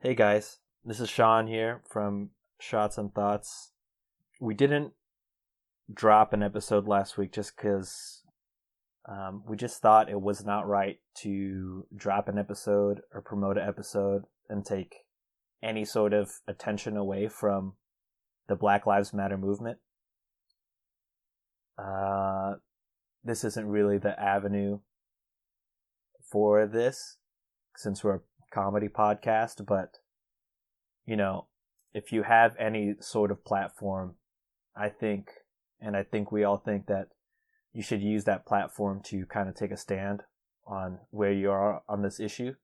Hey guys, this is Sean here from Shots and Thoughts. We didn't drop an episode last week just because um, we just thought it was not right to drop an episode or promote an episode and take any sort of attention away from the Black Lives Matter movement. Uh, this isn't really the avenue for this since we're a comedy podcast, but you know, if you have any sort of platform, I think, and I think we all think that you should use that platform to kind of take a stand on where you are on this issue.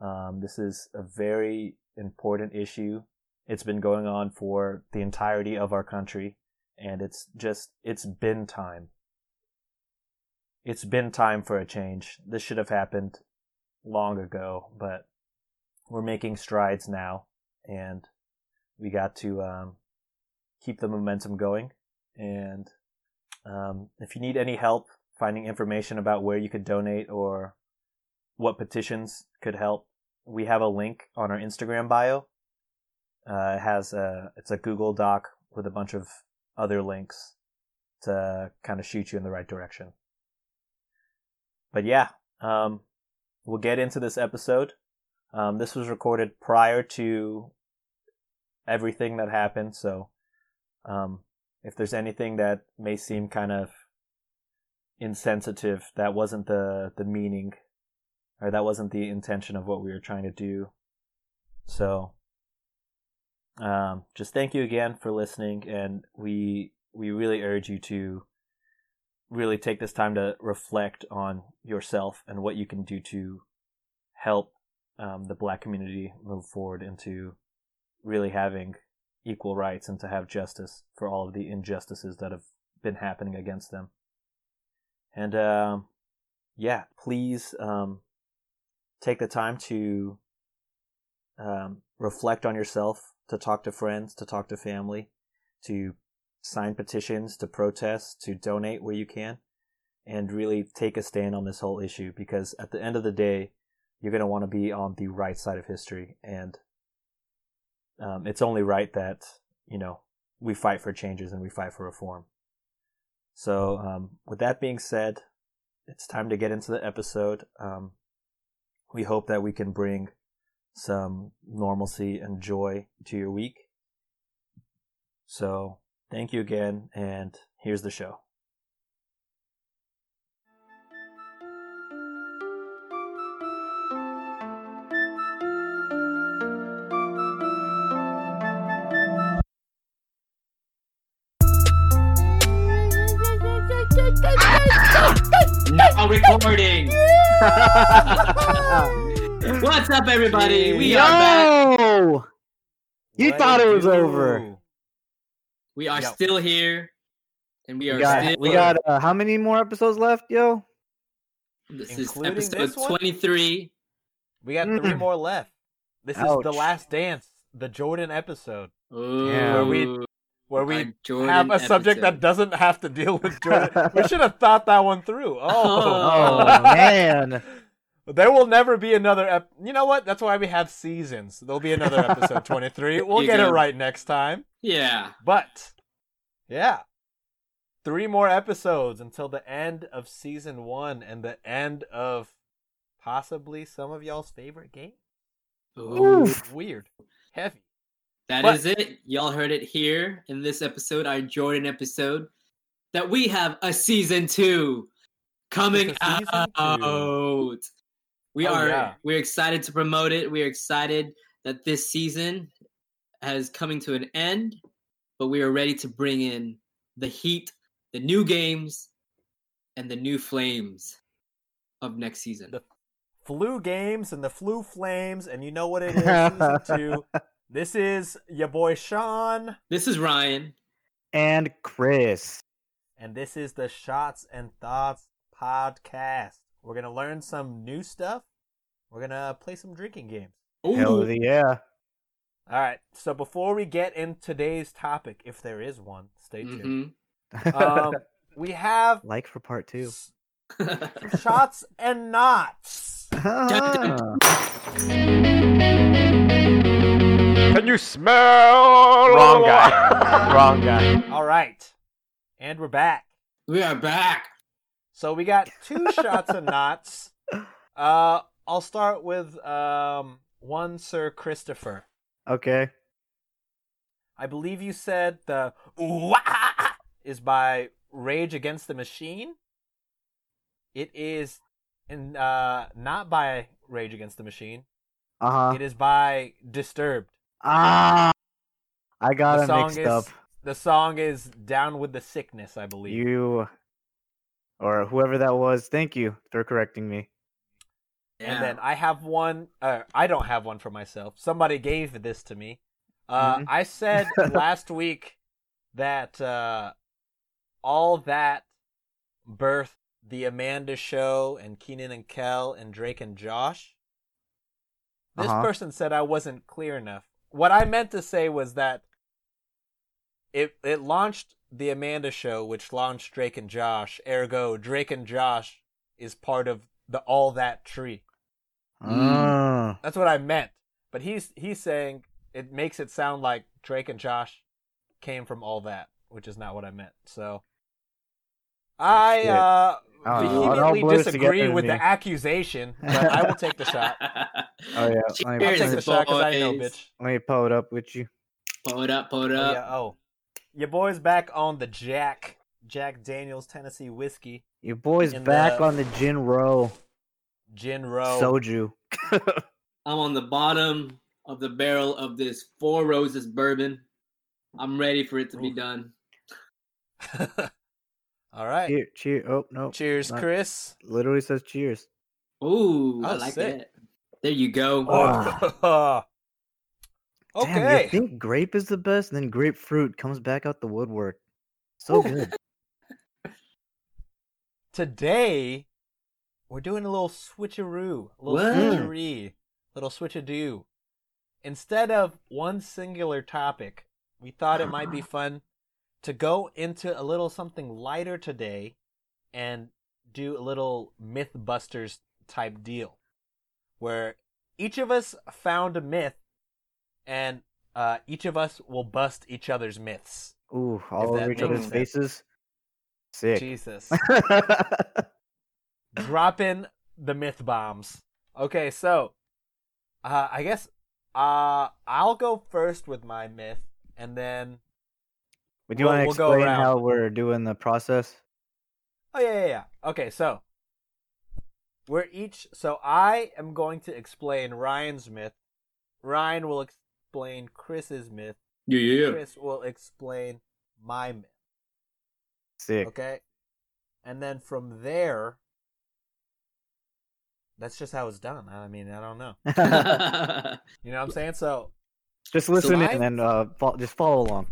Um, this is a very important issue. It's been going on for the entirety of our country, and it's just, it's been time. It's been time for a change. This should have happened long ago, but we're making strides now, and we got to um, keep the momentum going. And um, if you need any help finding information about where you could donate or what petitions could help, we have a link on our Instagram bio. Uh, it has a it's a Google Doc with a bunch of other links to kind of shoot you in the right direction. But yeah, um, we'll get into this episode. Um, this was recorded prior to everything that happened, so um, if there's anything that may seem kind of insensitive, that wasn't the the meaning, or that wasn't the intention of what we were trying to do. So, um, just thank you again for listening, and we we really urge you to really take this time to reflect on yourself and what you can do to help um, the black community move forward into really having equal rights and to have justice for all of the injustices that have been happening against them. And um, yeah, please um, take the time to um, reflect on yourself, to talk to friends, to talk to family, to sign petitions, to protest, to donate where you can, and really take a stand on this whole issue because at the end of the day, you're going to want to be on the right side of history and um, it's only right that you know we fight for changes and we fight for reform. So, um, with that being said, it's time to get into the episode. Um, we hope that we can bring some normalcy and joy to your week. So, thank you again, and here's the show. Now recording. What's up, everybody? We Yo! are back. You What thought it was do? over. We are Yo. still here, and we We are got, still. we got uh, how many more episodes left, yo? this is Including episode this one? twenty-three. We got three Mm. more left. This is the Ouch. last dance, the Jordan episode, Ooh, Yeah. Where we- where our we Jordan have a subject that episode. doesn't have to deal with Jordan. we should have thought that one through. Oh, Oh man, there will never be another. Ep- you know what? That's why we have seasons. There'll be another episode twenty three. We'll You get it go. right next time. Yeah, But yeah, three more episodes until the end of season one and the end of possibly some of y'all's favorite game. Ooh, Weird, heavy. that But- is it. Y'all heard it here in this episode, our Jordan episode, that we have a season two coming It's a season two. out. We Oh, are yeah. we're excited to promote it. We're excited that this season has coming to an end, but we are ready to bring in the heat, the new games, and the new flames of next season. The- flu games and the flu flames, and you know what it is, season two. This is your boy Sean, This is Ryan. and Chris. and this is the Shots and Thoughts podcast. We're gonna learn some new stuff. We're gonna play some drinking games. Hell Ooh. yeah! All right. So before we get in today's topic, if there is one, stay tuned. Mhm. Um, we have like for part two. s- shots and knots. dun. Ah. you smell? Wrong guy. Wrong guy. All right. And we're back. We are back. So we got two shots of knots. Uh, I'll start with um, one Sir Christopher. Okay. I believe you said the ooh, ah, ah, ah, is by Rage Against the Machine. It is in, uh, not by Rage Against the Machine. Uh huh. It is by Disturbed. Ah. I got The it song mixed is up. the song is Down with the Sickness, I believe. You or whoever that was. Thank you for correcting me. Yeah. And then I have one. Uh, I don't have one for myself. Somebody gave this to me. Uh, Mhm. I said last week that uh, all that birth, the Amanda Show, and Keenan and Kel, and Drake and Josh. This Uh-huh. person said I wasn't clear enough. What I meant to say was that it it launched the Amanda Show, which launched Drake and Josh. Ergo, Drake and Josh is part of the all that tree. Mm. Ah. That's what I meant. But he's he's saying it makes it sound like Drake and Josh came from all that, which is not what I meant. So I Oh, Shit. uh I don't know. It all vehemently blurs together disagree to with me. the accusation, but I will take the shot. Oh, yeah. Let me- I'll Cheers, take the shot because I know, boys. bitch. Let me pull it up with you. Pull it up, pull it Oh, up. yeah, oh. Your boy's back on the Jack. Jack Daniels Tennessee whiskey. Your boy's In back the- on the gin row. Gin row. Soju. I'm on the bottom of the barrel of this Four Roses bourbon. I'm ready for it to be Oof. done. all right. Cheer, cheer. Oh no. Cheers, Not- Chris. Literally says cheers. Ooh, I Oh, like sick. Oh, that. There you go. okay. ah. Damn, you think grape is the best, and then grapefruit comes back out the woodwork. So good. today we're doing a little switcheroo, a little What? switcheree, little switchadoo. Instead of one singular topic, we thought it might be fun to go into a little something lighter today and do a little Mythbusters type deal where each of us found a myth and uh, each of us will bust each other's myths. Ooh, all that over each makes other's sense. faces. Sick. Jesus. dropping the myth bombs. Okay, so uh, I guess uh, I'll go first with my myth, and then Would you We'll- want to we'll go explain around. how we're doing the process? oh yeah, yeah, yeah. Okay, so we're each. So I am going to explain Ryan's myth. Ryan will explain Chris's myth. Yeah, yeah. Chris will explain my myth. Sick. Okay. And then from there, that's just how it's done. I mean, I don't know. You know what I'm saying? So just listen I- and then uh, fo- just follow along.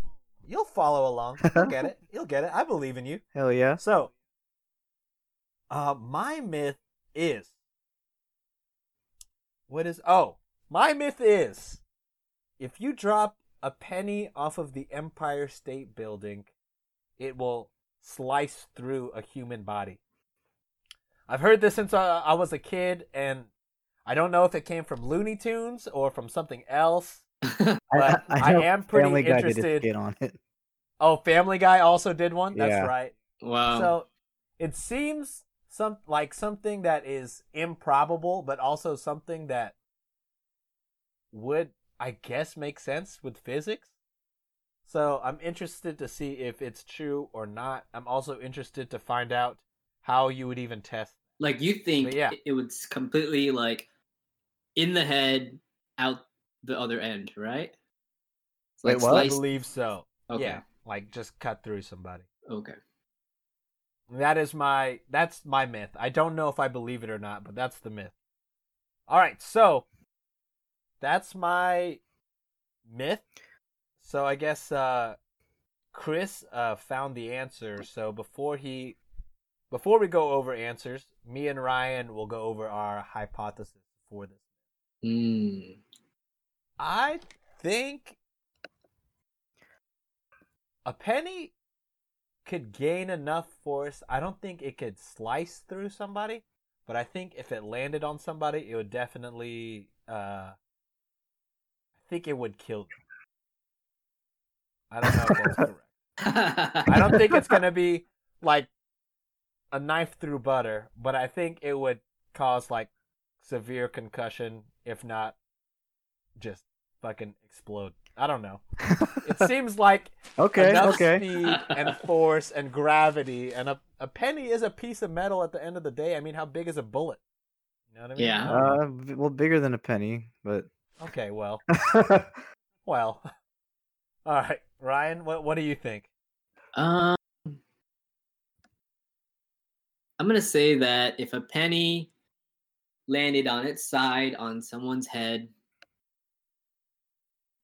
You'll follow along. You'll get it. You'll get it. I believe in you. Hell yeah. So, uh, my myth is. What is. Oh, my myth is if you drop a penny off of the Empire State Building, it will slice through a human body. I've heard this since I, I was a kid, and I don't know if it came from Looney Tunes or from something else. But I know am pretty Family Guy did a interested- skit on it. Oh, Family Guy also did one? That's Yeah. right. wow. so it seems some like something that is improbable, but also something that would, I guess, make sense with physics. So I'm interested to see if it's true or not. I'm also interested to find out how you would even test. like you think But yeah. it, it would s- completely like in the head, out the other end, right? It's Wait, what? I sliced- believe so. Okay. Yeah, like just cut through somebody. Okay. That is my that's my myth. I don't know if I believe it or not, but that's the myth. All right, so that's my myth. So I guess uh Chris uh found the answer. So before he before we go over answers, me and Ryan will go over our hypothesis for this. Mm. I think a penny could gain enough force. I don't think it could slice through somebody, but I think if it landed on somebody, it would definitely. Uh, I think it would kill. them. I don't know if that's correct. Hmm. I don't think it's gonna be like a knife through butter, but I think it would cause like severe concussion, if not just fucking explode. I don't know. It seems like okay, enough okay. speed and force and gravity, and a a penny is a piece of metal at the end of the day. I mean, how big is a bullet? You know what I mean? Oh, Yeah. Uh, b- well, bigger than a penny, but Okay. Well. Well. All right, Ryan. What What do you think? Um, I'm gonna say that if a penny landed on its side on someone's head,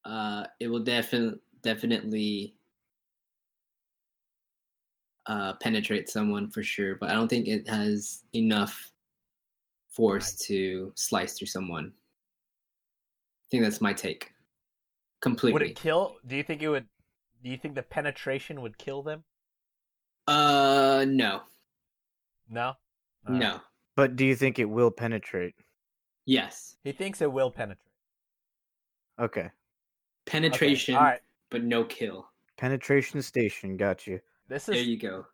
uh, it will definitely definitely uh, penetrate someone for sure. But I don't think it has enough force to slice through someone. I think that's my take. Completely. Would it kill? Do you think it would? Do you think the penetration would kill them? Uh, no, No. All right. no, but do you think it will penetrate? yes. He thinks it will penetrate. Okay, Okay, penetration, All right. but no kill. penetration station. Got you. This There is. you go.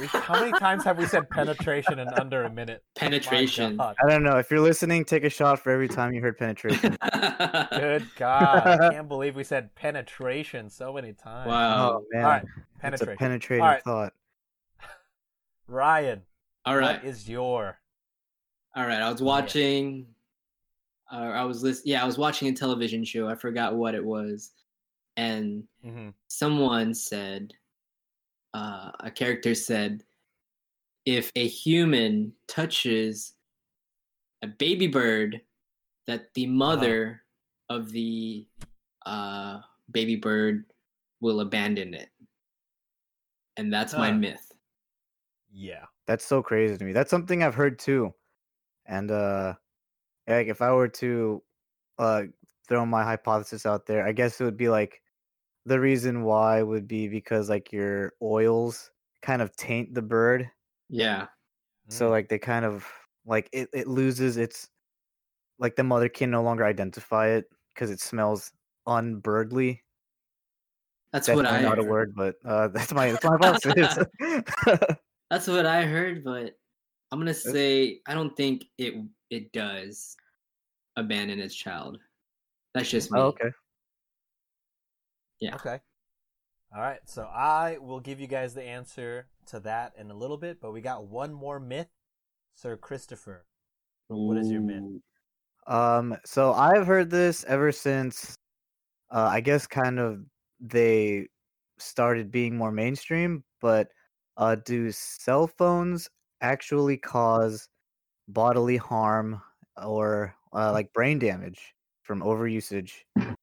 we- how many times have we said penetration in under a minute? Penetration. My God. I don't know. If you're listening, take a shot for every time you heard penetration. Good God! I can't believe we said penetration so many times. wow. oh man, All right. it's Penetration. a penetrating All right. thought. Ryan. All right. What is your? All right. I Oh, was watching. Uh, I was listening. Yeah, I was watching a television show. I forgot what it was, and Mm-hmm. someone said, uh, a character said, if a human touches a baby bird, that the Uh-huh. mother of the uh, baby bird will abandon it. And that's my Huh. myth. Yeah. That's so crazy to me. That's something I've heard too. And uh like if I were to uh throw my hypothesis out there, I guess it would be like the reason why would be because like your oils kind of taint the bird. Yeah. Mm. So like they kind of like it, it loses its like the mother can no longer identify it because it smells unbirdly. That's That's what I probably not a heard. word, but uh that's my that's my hypothesis. That's what I heard, but I'm gonna say I don't think it it does abandon its child. That's just me. oh, okay. Yeah. Okay. All right. So I will give you guys the answer to that in a little bit, but we got one more myth. Sir Christopher. What is your myth? Ooh. Um, so I've heard this ever since, uh, I guess, kind of they started being more mainstream. But uh, do cell phones actually cause bodily harm or uh, like brain damage from overusage?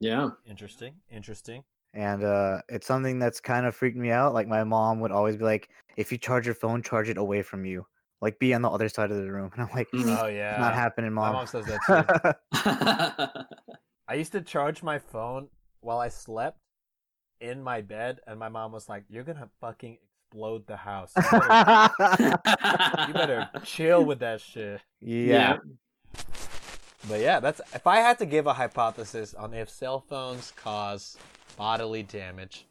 Yeah. Interesting. Interesting. And uh, it's something that's kind of freaked me out. Like my mom would always be like, "If you charge your phone, charge it away from you. Like be on the other side of the room." And I'm like, Mm. Oh yeah. "It's not happening, My mom." mom says that too. I used to charge my phone while I slept in my bed, and my mom was like, "You're gonna fucking explode the house. You better, you better chill with that shit." yeah. But yeah, that's if I had to give a hypothesis on if cell phones cause bodily damage,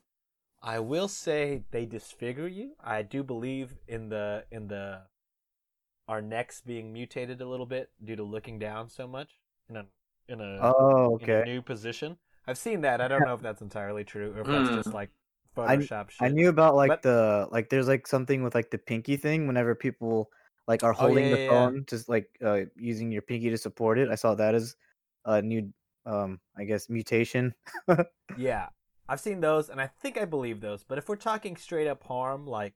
I will say they disfigure you. I do believe in the in the our necks being mutated a little bit due to looking down so much in a in a Oh, in a okay. new position. Mm. I've seen that. I don't know if that's entirely true or if that's Hmm. just like I- Photoshop shit. I knew about like But- the like there's like something with like the pinky thing whenever people like are holding Oh, yeah, the yeah, yeah. phone just like uh using your pinky to support it. I saw that as a new um I guess mutation. Yeah, I've seen those, and I think I believe those. But if we're talking straight up harm, like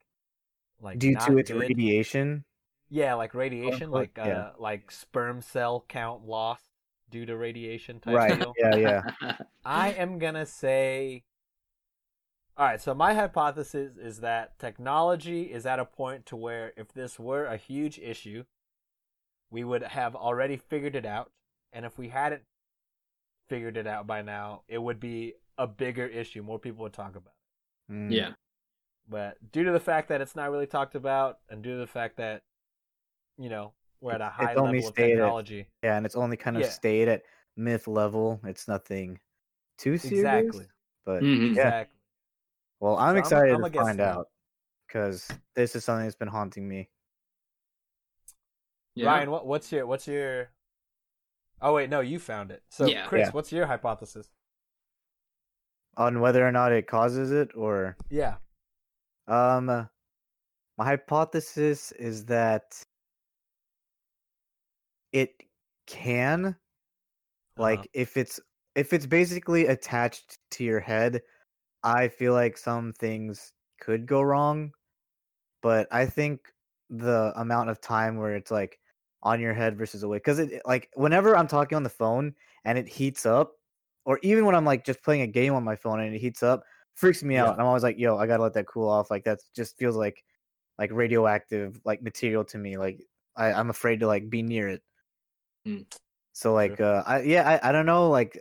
like due not to its good- radiation. yeah, like radiation, unquote, like uh, yeah. like sperm cell count lost due to radiation type Right. deal. Yeah, yeah. I am gonna say. All right, so my hypothesis is that technology is at a point to where if this were a huge issue, we would have already figured it out, and if we hadn't figured it out by now, it would be a bigger issue. More people would talk about it. Mm. yeah. But due to the fact that it's not really talked about, and due to the fact that, you know, we're at a It's- high it's only level of stated- technology, Yeah, and it's only kind of Yeah. stayed at myth level. It's nothing too serious. Exactly. But Mhm. Exactly. well, I'm So I'm- excited I'm to against find that. out because this is something that's been haunting me. Yeah. Ryan, what, what's your what's your? Oh wait, no, you found it. So Yeah. Chris, Yeah. what's your hypothesis? On whether or not it causes it or Yeah. Um, my hypothesis is that it can, like, if it's if it's basically attached to your head, I feel like some things could go wrong, but I think the amount of time where it's like on your head versus away, because it it- like whenever I'm talking on the phone and it heats up, or even when I'm like just playing a game on my phone and it heats up, freaks me out. Yeah. And I'm always like, yo, I gotta let that cool off. Like that just feels like like radioactive like material to me. Like I, I'm afraid to like be near it. Mm. So like uh I yeah, I, I don't know, like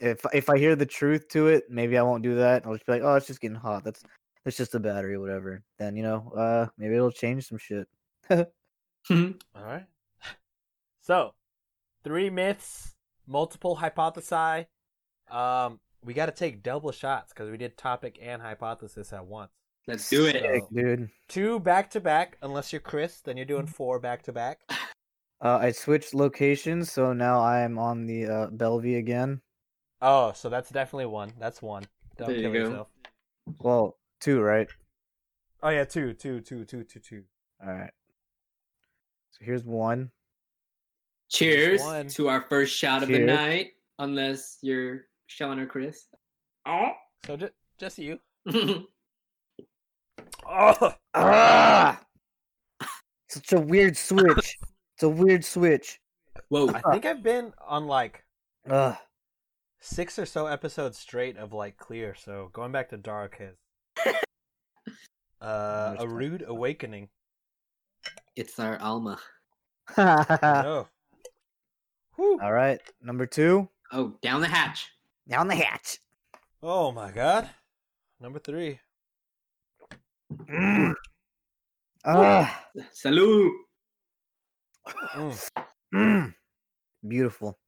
if if I hear the truth to it, maybe I won't do that. I'll just be like, oh it's just getting hot. That's that's just the battery, whatever. Then you know, uh maybe it'll change some shit. All right. So, three myths, multiple hypothesi. Um, we got to take double shots because we did topic and hypothesis at once. Let's do it. Sick, dude. Two back to back, unless you're Chris, then you're doing Mm-hmm. four back to back. Uh, I switched locations, so now I am on the uh, Bellevue again. Oh, so that's definitely one. That's one. Don't There you kill go. yourself. Well, two, right? Oh yeah, two, two, two, two, two, two. All right. So here's one. Cheers One. to our first shot of the Cheers. night, unless you're Sean or Chris. Oh. So just just you. Oh, Ah! Such a weird switch. it's a weird switch. Whoa. I think I've been on like Ugh. six or so episodes straight of like clear. So going back to dark has uh, Nice a time. rude awakening. It's our Alma. Uh, no. Oh. Whew. All right, number two. Oh, down the hatch. Down the hatch. Oh my god. Number three. Mm. Ah, Salute. Mm. mm. Beautiful.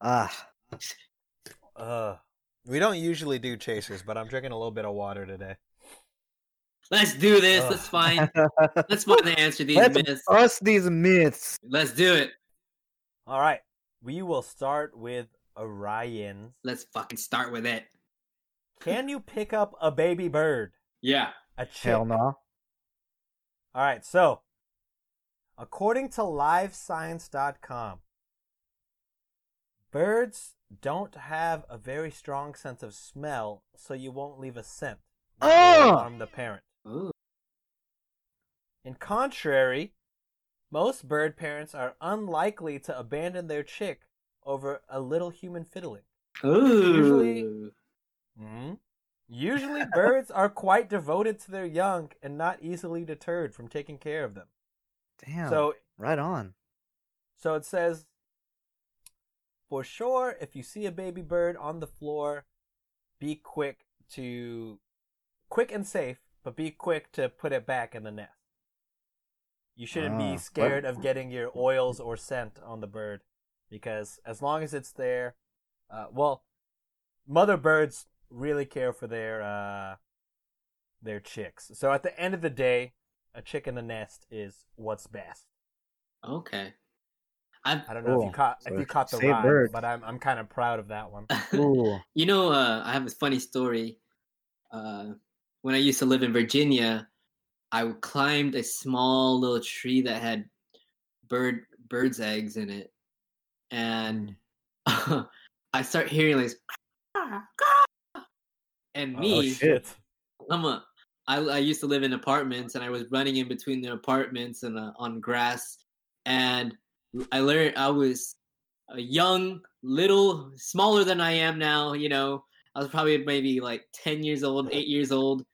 Ah, Uh, we don't usually do chasers, but I'm drinking a little bit of water today. Let's do this. Ugh. Let's find. Let's find the answer to these Let's myths. us these myths. Let's do it. All right. We will start with Orion's. Let's fucking start with it. Can you pick up a baby bird? Yeah. A chick. Hell no. All right, so according to livescience.com, birds don't have a very strong sense of smell, so you won't leave a scent. which will Ugh. alarm the parent. Oh. In contrary, most bird parents are unlikely to abandon their chick over a little human fiddling. Usually- Hmm? Usually, birds are quite devoted to their young and not easily deterred from taking care of them. Damn. So right on. So it says, for sure, if you see a baby bird on the floor, be quick to, quick and safe, but be quick to put it back in the nest. You shouldn't Ah, be what- scared of getting your oils or scent on the bird, because as long as it's there, uh, well, mother birds really care for their uh, their chicks. So at the end of the day, a chick in the nest is what's best. Okay. I'm. I don't know if Cool. you caught if So you caught the save rhyme, birds. but I'm I'm kind of proud of that one. Ooh. You know, uh, I have a funny story. Uh, when I used to live in Virginia, I climbed a small little tree that had bird birds eggs in it, and I start hearing like, and me, Oh, shit. I'm a, I, I used to live in apartments and I was running in between the apartments and uh, on grass. And I learned I was a young, little, smaller than I am now. You know, I was probably maybe like 10 years old, eight years old.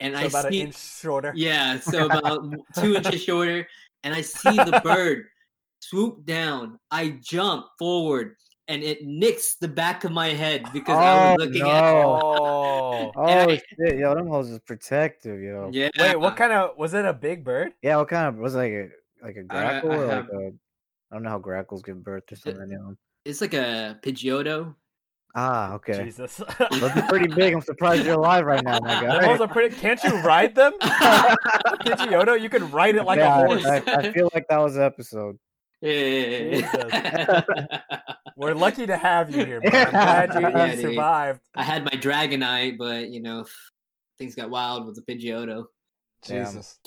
And So I about see, an inch shorter. yeah, so about two inches shorter. And I see the bird swoop down. I jump forward and it nicks the back of my head because I Oh, was looking at no. Oh. Oh shit, yo, them hoes is protective, yo. Yeah, Yeah. Wait, what kind of was it a big bird? what kind of was it like a like a I- grackle I or have- like I don't know how grackles give birth to so It- many of them. It's like a Pidgeotto. Ah, okay. Jesus. Those are pretty big. I'm surprised you're alive right now, my guy. Those are pretty. Can't you ride them? yeah, Pidgeotto, you can ride it like Yeah, a I- horse. I, I feel like that was an episode. yeah, yeah, yeah. We're lucky to have you here, bro. I'm glad you, you Yeah, dude. survived. I had my Dragonite, but you know things got wild with the Pidgeotto. Damn. Jesus.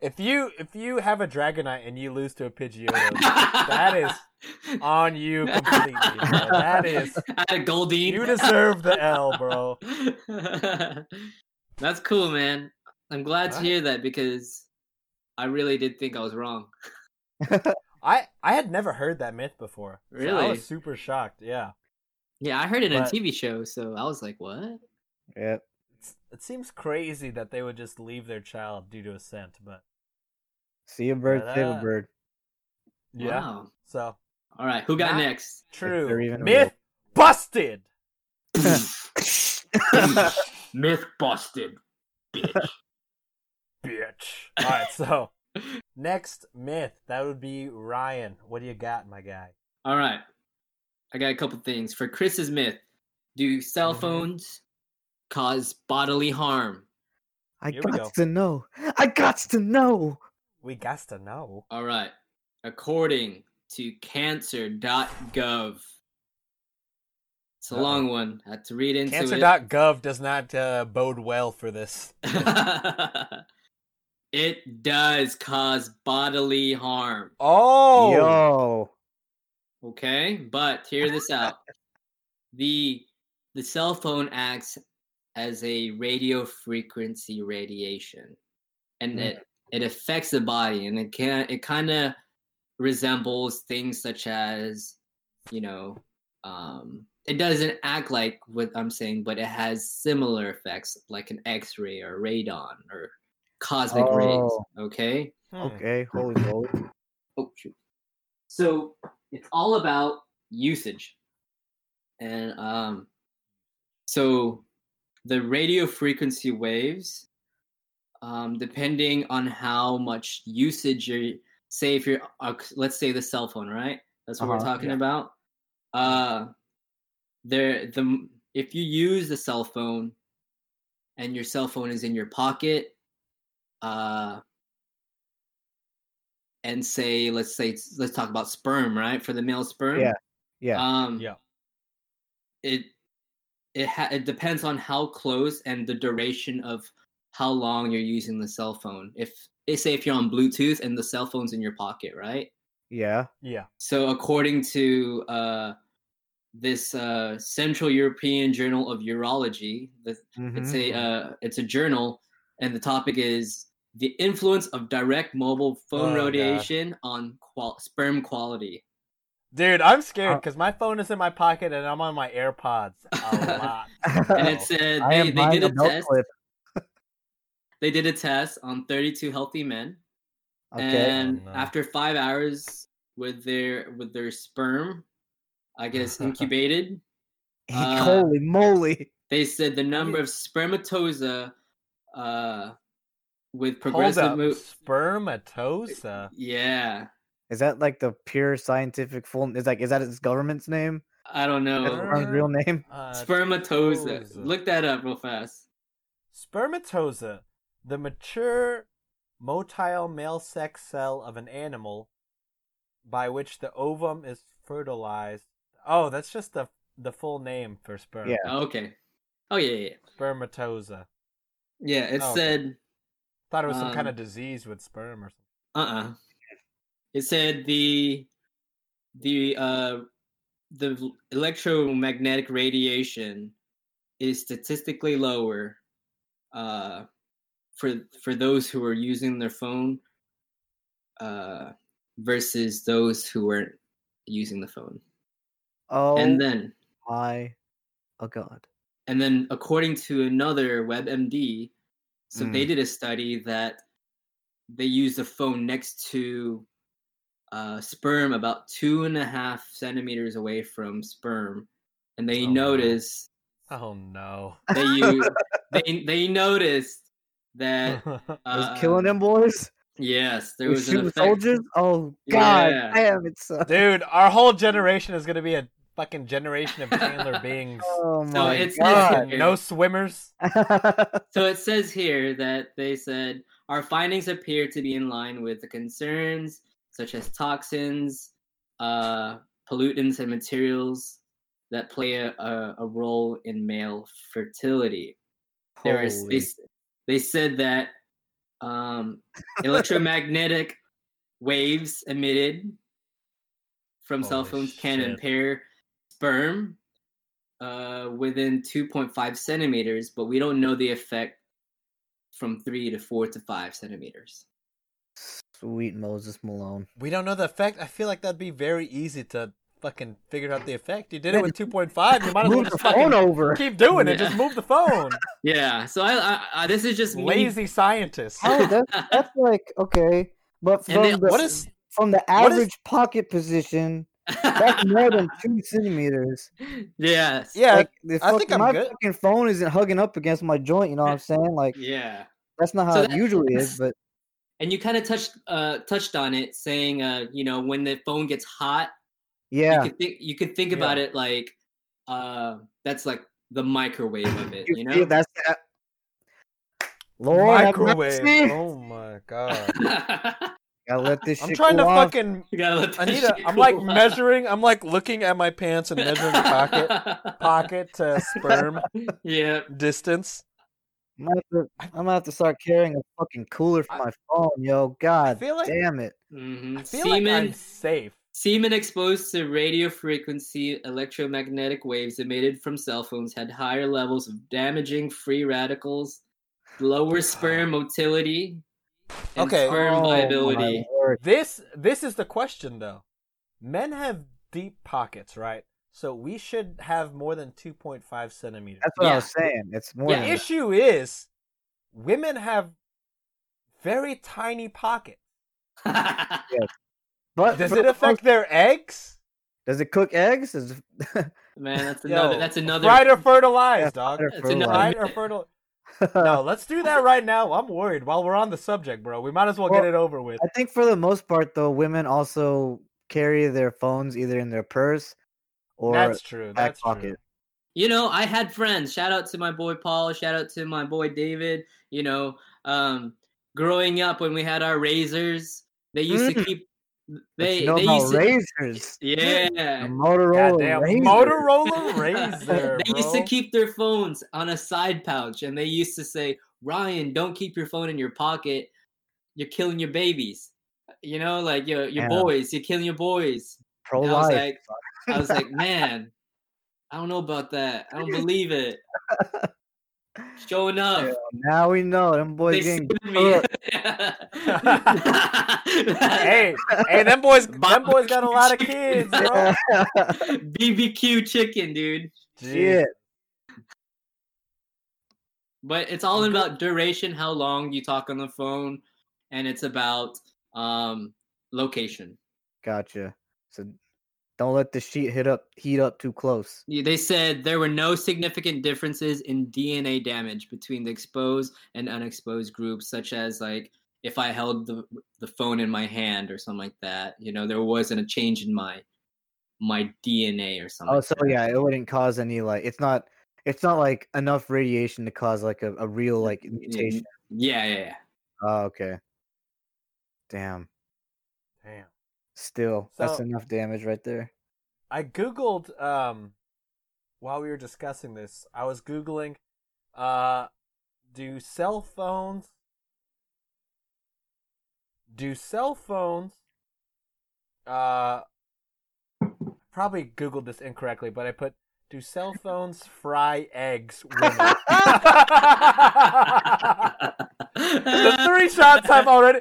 If you if you have a Dragonite and you lose to a Pidgeotto, that is on you completely. Bro. That is I had a Goldeen. you deserve the L, bro. That's cool, man. I'm glad to Alright. hear that because I really did think I was wrong. I I had never heard that myth before. so I Really? was super shocked. Yeah. Yeah, I heard it on a But- TV show, so I was like, "What?" Yep. It's, it seems crazy that they would just leave their child due to a scent, but See a bird, save a that- bird. Wow. So All right, who got Not- next? true. they're even myth busted. Myth busted. Bitch. All right, so next myth that would be Ryan. What do you got, my guy? All right, I got a couple things for Chris's myth. Do cell Mhm. phones cause bodily harm? I Here we go. got to know. I got to know. We got to know. All right. According to cancer.gov. It's a Uh-oh. long one. I had to read into it. Cancer.gov does not uh, bode well for this. it does cause bodily harm. Oh, Yo. Okay, but hear this out. the the cell phone acts as a radio frequency radiation, and Mm. it it affects the body, and it can it kind of resembles things such as you know um, it doesn't act like what I'm saying, but it has similar effects like an X-ray or radon or cosmic rays. Oh. Okay, Hmm. Okay. Holy moly. Oh shoot. So it's all about usage. And um so the radio frequency waves, um, depending on how much usage you're say if you're uh, let's say the cell phone, right? That's what we're Uh-huh, talking about. Uh there the m- if you use the cell phone and your cell phone is in your pocket, uh and say let's say it's- let's talk about sperm right for the male sperm Yeah, yeah, um yeah. it it ha- it depends on how close and the duration of how long you're using the cell phone if they say if you're on bluetooth and the cell phone's in your pocket right Yeah. Yeah. so according to uh this uh central european journal of urology the mhm. it's a uh, it's a journal, and the topic is the influence of direct mobile phone Oh, God. radiation on qual- sperm quality. Dude, I'm Uh, scared because my phone is in my pocket and I'm on my AirPods a lot. And it said I they, am they buying did a a belt test. clip. They did a test on 32 healthy men, Okay. and Oh, no. after five hours with their with their sperm, I guess incubated, uh, Holy moly. they said the number of spermatoza uh, with Hold progressive up, mo- spermatosa. Yeah, Is that like the pure scientific full? Is like is that its government's name? I don't know. That's its Oh. real name. Uh, Spermatoza. toza. Look that up real fast. Spermatosa, the mature motile male sex cell of an animal by which the ovum is fertilized. Oh, that's just the the full name for sperm. Yeah. Oh, okay. Oh yeah, yeah, Spermatosa. yeah. Yeah, It Oh, okay. said Thought it was some kind Um, of disease with sperm or something. uh uh It said the the uh the v- electromagnetic radiation is statistically lower uh for for those who are using their phone uh versus those who weren't using the phone. Oh And then my, oh god. And then, according to another WebMD, so Mm. they did a study that they used a phone next to uh, sperm about two and a half centimeters away from sperm, and they Oh, wow. noticed Oh no. they used, they they noticed that I was uh, killing them boys. Yes, there We was an shoot effect. soldiers. Oh god, Yeah. damn it sucks. Dude, our whole generation is gonna be a fucking generation of Chandler beings. Oh So my it's- it's- god. no swimmers. So it says here that they said our findings appear to be in line with the concerns such as toxins, uh, pollutants, and materials that play a, a, a role in male fertility. There is they, Holy- s- they said that um, electromagnetic waves emitted from cell Holy phones can shit. impair sperm uh, within 2.5 centimeters, but we don't know the effect from three to four to five centimeters. Sweet Moses Malone. We don't know the effect. I feel like that'd be very easy to fucking figure out the effect. You did it with 2.5. You might as well Move just the phone fucking over. keep doing it. Just Yeah. move the phone. Yeah. So I, I, I this is just me- Lazy scientists. Oh, that, that's like okay, but And from they- the What is from the what is- average pocket position, that's more than two centimeters. yes. yeah? like, the I think fucking- I'm my good. fucking phone isn't hugging up against my joint. You know what I'm saying? Like Yeah. that's not how So it that- usually is. But And you kind of touched uh, touched on it, saying, uh, you know, when the phone gets hot, yeah, you can think you can think Yeah. about it like uh, that's like the microwave of it, you you feel know. that's that. Lord, have microwave. mercy. Oh my god. gotta let this shit. I'm trying to cool off. fucking. you gotta let that I need a. shit I'm like cool off. measuring. I'm like looking at my pants and measuring pocket pocket to sperm yeah. distance. I'm gonna, have to, I'm gonna have to start carrying a fucking cooler for I- my phone, yo. God feel like- damn it. hmm I feel Semen like I'm safe. Semen exposed to radio frequency electromagnetic waves emitted from cell phones had higher levels of damaging free radicals, lower sperm motility, and Okay. sperm Oh, my viability. word. This this is the question though. Men have deep pockets, right? So we should have more than 2.5 centimeters. That's what I Yeah. was saying. It's more Yeah, the than it- issue is women have very tiny pockets. But Does for it the affect most- their eggs? Does it cook eggs? Is Man, that's Yo, another. that's another. Fried or fertilized, dog. Fried or It's another- Fried fertilized. or fertilized. No, let's do that right now. I'm worried. While we're on the subject, bro, we might as well, get Well, it over with. I think for the most part, though, women also carry their phones either in their purse or That's true. back That's pocket. true. you know, I had friends. Shout out to my boy Paul. Shout out to my boy David. You know, um, growing up when we had our razors, they used to Mm. keep. But They you know they how used to. razors, the Yeah. Motorola Goddamn razor. Motorola razor, they used to bro. keep their phones on a side pouch and they used to say, Ryan, don't keep your phone in your pocket. You're killing your babies. You know, like your your Yeah. boys, you're killing your boys. pro I was life. like I was like, man, I don't know about that. I don't believe it. Showing up. now we know them They boys getting screwed me. hey, hey, them boys, them boys got a lot of kids, bro. BBQ chicken, dude. shit. but it's all about duration how long you talk on the phone and it's about um location Gotcha. So don't let the sheet hit up heat up too close. Yeah, they said there were no significant differences in dna damage between the exposed and unexposed groups such as like if i held the, the phone in my hand or something like that you know there wasn't a change in my my dna or something Oh, like so that. yeah, it wouldn't cause any like it's not it's not like enough radiation to cause like a, a real like mutation. yeah yeah yeah Oh, okay. Damn. Damn. Still, that's So- enough damage right there. I googled um while we were discussing this. I was googling uh do cell phones do cell phones uh probably googled this incorrectly, but I put do cell phones fry eggs women? the three shots I've already.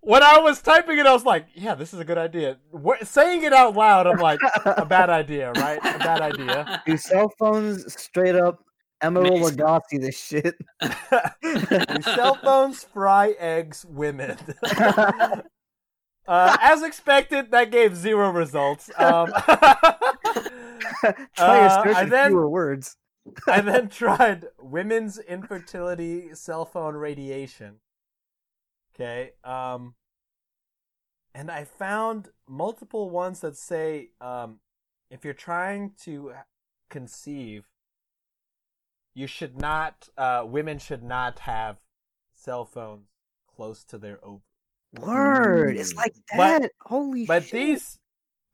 When I was typing it, I was like, "Yeah, this is a good idea." Wh- saying it out loud, I'm like, "A bad idea, right? A bad idea." Do cell phones straight up Emerald Amazing. Lagasse this shit? Do cell phones fry eggs, women. uh, as expected, that gave zero results. Um, Try Uh, your search I with then- fewer words. I then tried women's infertility cell phone radiation. Okay. Um and I found multiple ones that say um if you're trying to conceive you should not uh women should not have cell phones close to their ovaries. Word. It's like But- that. Holy But shit. these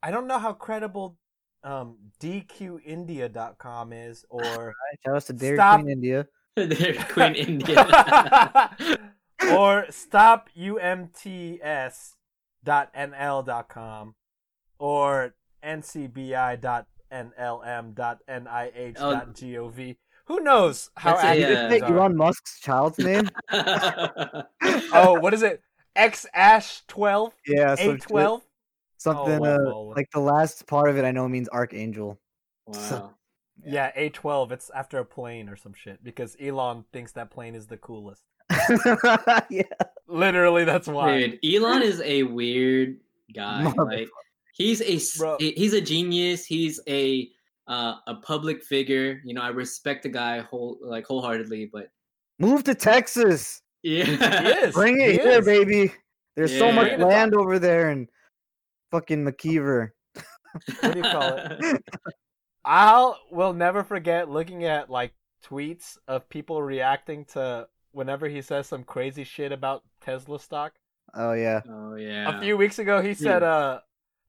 I don't know how credible um dqindia.com is or Shout out to Dairy Stop. Queen India. They're Queen India. or stopumts.nl.com or ncbi.nlm.nih.gov. Who knows how That's a, accurate uh, these Take are. Elon Musk's child's name? Oh, what is it? X Ash 12? yeah, some shit. 812? Something uh, well, well, well. like the last part of it I know means archangel. wow. Yeah, A12. It's after a plane or some shit because Elon thinks that plane is the coolest. yeah. Literally, that's why. Dude, Elon is a weird guy. Like he's a s- Bro. he- he's a genius. He's a uh, a public figure. You know, I respect the guy whole like wholeheartedly, but Move to Texas. He yeah. is. Bring he it here, is. baby. There's so Yeah. much Bring it land over there and fucking McKeever. What do you call it? I'll will never forget looking at like tweets of people reacting to whenever he says some crazy shit about Tesla stock. Oh yeah. Oh yeah. A few weeks ago he said uh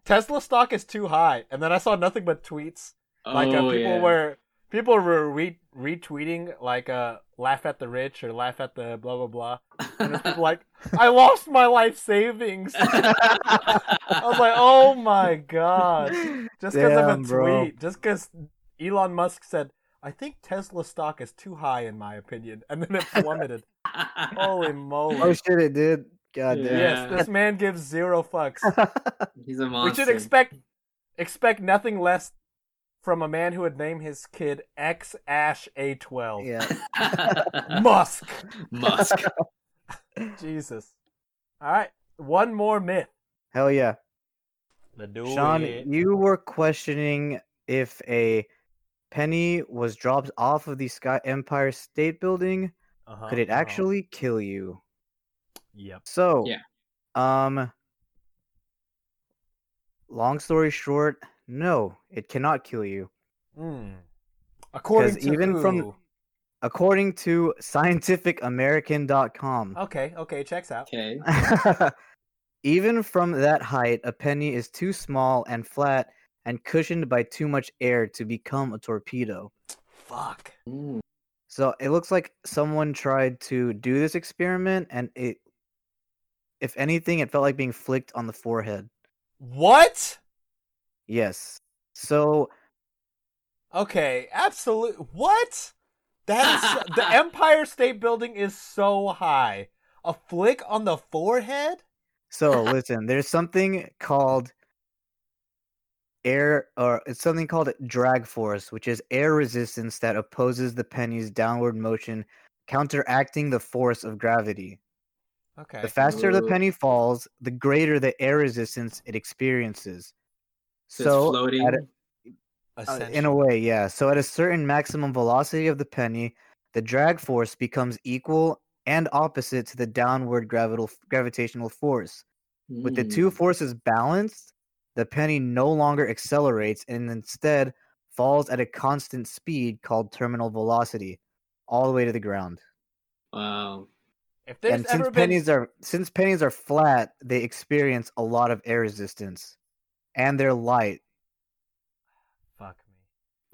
Tesla stock is too high and then I saw nothing but tweets like uh, Oh, people yeah. were people were re- retweeting like uh laugh at the rich or laugh at the blah blah blah and there's people like I lost my life savings. I was like, "Oh my god." Just because of a Damn, tweet, bro. just because Elon Musk said, "I think Tesla stock is too high in my opinion," and then it plummeted. Holy Oh moly! shit, it did. God damn. Yes, this man gives zero fucks. He's a monster. we should expect expect nothing less from a man who would name his kid X Ash A twelve. Yeah. Musk. Musk. Jesus. All right, one more myth. Hell yeah. The do Oh, Sean, it. you were questioning if a penny was dropped off of the Sky Empire State Building, Uh-huh, could it uh-huh. actually kill you? Yep. So, Yeah. um, long story short, no, it cannot kill you. Mm. According 'Cause to even from- who? According to scientificamerican.com, Okay, okay, checks out. Okay. even from that height, a penny is too small and flat and cushioned by too much air to become a torpedo. Fuck. Ooh. So it looks like someone tried to do this experiment, and it, if anything, it felt like being flicked on the forehead. What? Yes. So Okay, absolute. What? That is the Empire State Building is so high. A flick on the forehead? so listen, there's something called air, or it's something called drag force, which is air resistance that opposes the penny's downward motion, counteracting the force of gravity. Okay. The faster the Ooh. penny falls, the greater the air resistance it experiences. So, it's So floating. at a- Uh, in a way, yeah. So at a certain maximum velocity of the penny, the drag force becomes equal and opposite to the downward gravital gravitational force. With the two Mm. forces balanced, the penny no longer accelerates and instead falls at a constant speed called terminal velocity, all the way to the ground. Wow. If there's and since ever been pennies are since pennies are flat, they experience a lot of air resistance, and they're light. fuck me.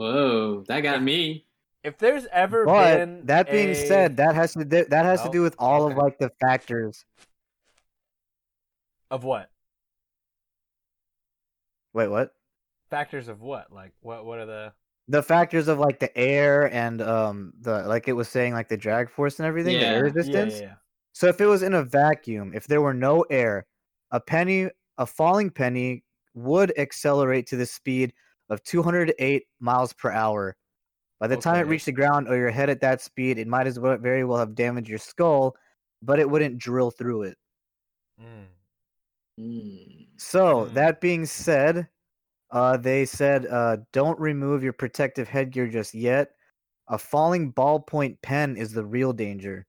Whoa. That got me. If there's ever But been that being a- said, that has to do, that has Oh, to do with all of okay. like the factors. of what Wait, what? factors of what like what what are the The factors of like the air and um the like it was saying like the drag force and everything, the air Yeah, yeah, Yeah, resistance. yeah, yeah. So if it was in a vacuum, if there were no air, a penny, a falling penny would accelerate to the speed of 208 miles per hour. By the time it Okay. reached the ground or your head at that speed, it might as well very well have damaged your skull, but it wouldn't drill through it. Mm. Mm. So Mm. that being said, uh, they said uh, don't remove your protective headgear just yet. A falling ballpoint pen is the real danger.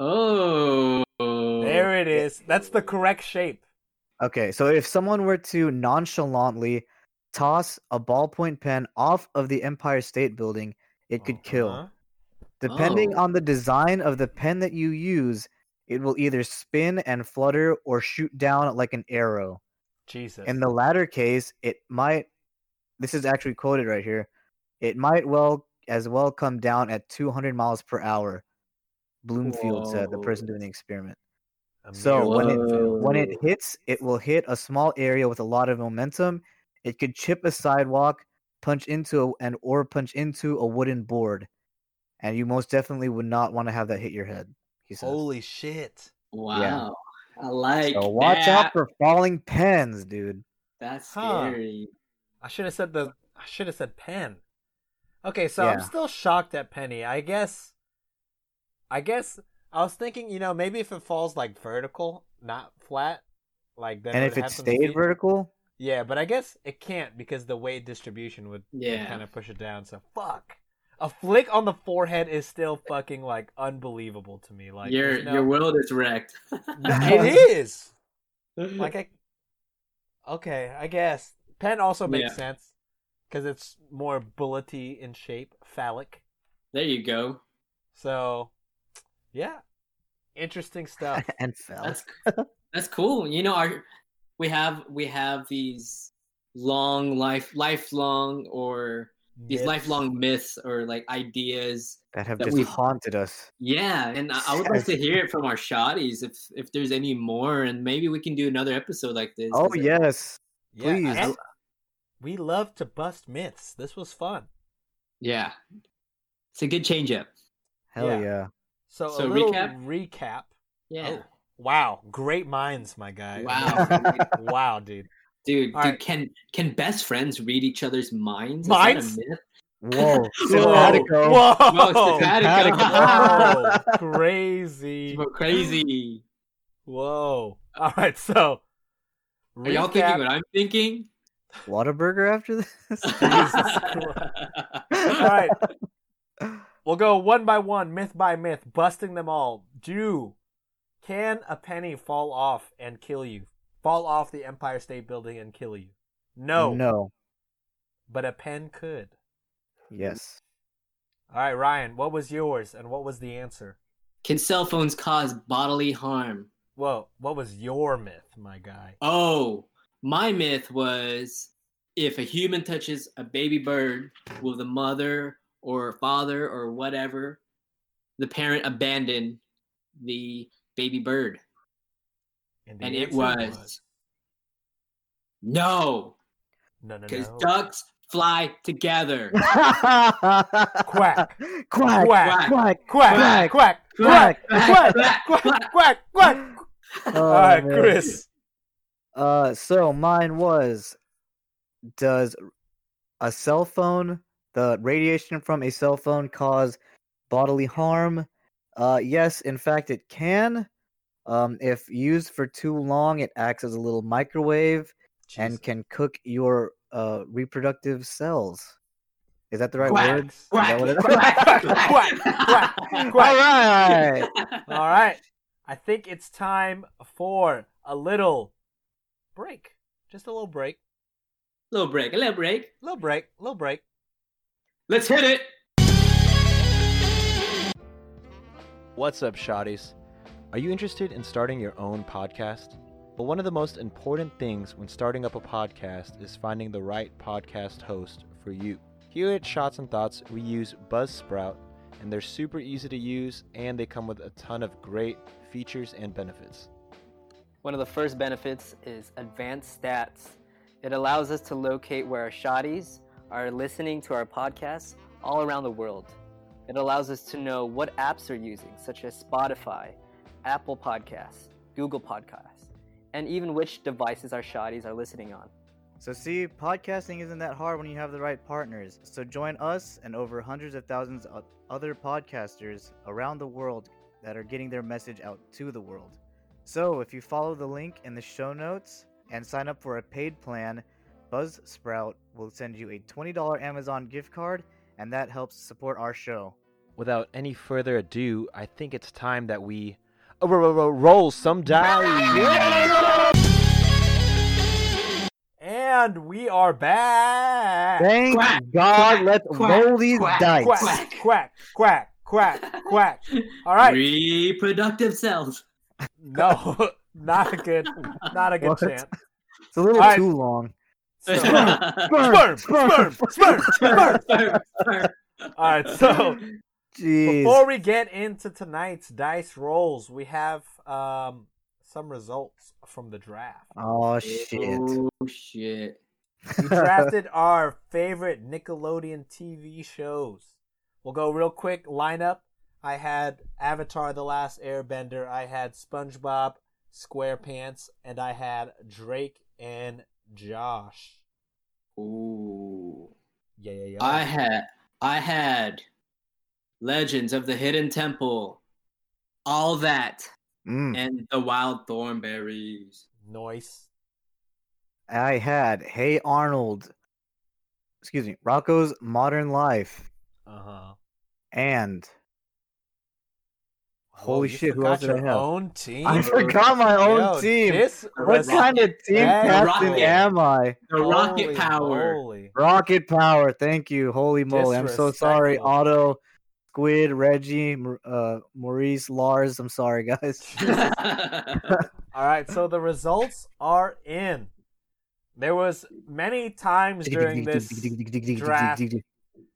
Oh. There it is. That's the correct shape. Okay, so if someone were to nonchalantly toss a ballpoint pen off of the Empire State Building, it could kill. Uh-huh. Depending Oh. on the design of the pen that you use, it will either spin and flutter or shoot down like an arrow. Jesus. In the latter case, it might this is actually quoted right here. It might well as well come down at 200 miles per hour. Bloomfield said, the Whoa. person doing the experiment. A so mere when it- little- When it hits, it will hit a small area with a lot of momentum. It could chip a sidewalk, punch into a, and or punch into a wooden board, and you most definitely would not want to have that hit your head. He says. Holy shit. Wow. I like so watch out that. for falling pens, dude. That's Huh. scary. I should have said the I should have said Penn. Okay, so I'm Yeah. still shocked at Penny. I guess I guess I was thinking, you know, maybe if it falls like vertical, not flat, like then and it if would it have something to stayed eat. vertical, Yeah, but I guess it can't because the weight distribution would Yeah. kind of push it down. So fuck. A flick on the forehead is still fucking like unbelievable to me. Like your there's no- your world is wrecked. it is. Like I Okay, I guess. Pen also makes Yeah. sense cuz it's more bullety in shape, phallic. there you go. So, yeah. Interesting stuff. and fell. That's that's cool. You know, our we have we have these long life lifelong or these Myths. lifelong myths or like ideas. that have that just we've- haunted us. Yeah, and I, I would like to hear it from our shotties if if there's any more, and maybe we can do another episode like this. Oh 'cause I- yes, Yeah, please. and we love to bust myths. This was fun. yeah, it's a good change up. hell yeah. yeah. So, So, a little recap? recap. Oh, Yeah, Wow, great minds, my guy. Oh, wow, wow, dude. dude, dude All right. can can best friends read each other's minds? Is Minds? Oh, That a myth? Whoa, Whoa. simpatico. Whoa. Whoa, Simpatico. Whoa. Crazy. We're crazy. Whoa. All right, so Are y'all thinking what I'm thinking? Whataburger after this. All right. We'll go one by one, myth by myth, busting them all. Do can a penny fall off and kill you? Fall off the Empire State Building and kill you? No. no. But a pen could. Yes. All right, Ryan, what was yours and what was the answer? Can cell phones cause bodily harm? Whoa, what was your myth, my guy? Oh, my myth was if a human touches a baby bird, will the mother or father or whatever, the parent abandon the baby bird? the and it answer was, no, no, no, because no. ducks fly together. quack. Quack. Quack. Quack. Quack. Quack, Quack, quack, quack, quack, quack, quack, quack, quack, quack. Oh, All right, man. Chris. Uh, so mine was Does a cell phone, the radiation from a cell phone, cause bodily harm? Uh, yes, in fact, it can. Um, if used for too long, it acts as a little microwave and can cook your uh, reproductive cells. Is that the right Quack, word? Is that Quack, what it- quack, Quack, quack, All right. All right. I think it's time for a little break. Just a little break. little break, a little break. Little break. Little break. Let's hit it. What's up, Shotties? Are you interested in starting your own podcast? But one of the most important things when starting up a podcast is finding the right podcast host for you. Here at Shots and Thoughts, we use Buzzsprout, and they're super easy to use and they come with a ton of great features and benefits. One of the first benefits is advanced stats. It allows us to locate where our shotties are listening to our podcasts all around the world. It allows us to know what apps are using, such as Spotify, Apple Podcasts, Google Podcasts, and even which devices our shotties are listening on. So, see, podcasting isn't that hard when you have the right partners. So, join us and over hundreds of thousands of other podcasters around the world that are getting their message out to the world. So, if you follow the link in the show notes and sign up for a paid plan, Buzzsprout will send you a $20 Amazon gift card, and that helps support our show. Without any further ado, I think it's time that we oh, ro- ro- ro- roll some dice. And we are back. Thank Quack, God, quack, let's quack, roll these quack, dice. quack, Quack. quack, quack, quack, quack. All right. Reproductive cells. No, not a good, not a good What? chance. It's a little Alright. too long. So- Sperm, sperm, sperm, sperm. All right. So Jeez. before we get into tonight's dice rolls, we have um, some results from the draft. Oh shit. Oh shit. We drafted our favorite Nickelodeon TV shows. We'll go real quick lineup. I had Avatar The Last Airbender, I had SpongeBob SquarePants, and I had Drake and Josh. Ooh. Yeah, yeah, yeah. I had I had Legends of the Hidden Temple, all that, Hmm. Mm. and the Wild Thornberries. Noise. I had Hey Arnold. Excuse me, Rocco's Modern Life Uh huh. and Holy shit, who else did I have? Own team. I forgot my own Yo, team. This what was kind of team Rocket. captain Rocket. am I? The Rocket holy Power. moly. Rocket power. Thank you. Holy moly. I'm so sorry. Disrespectful. Otto, Squid, Reggie, Mar- uh, Maurice, Lars. I'm sorry, guys. All right, so the results are in. There was many times during this draft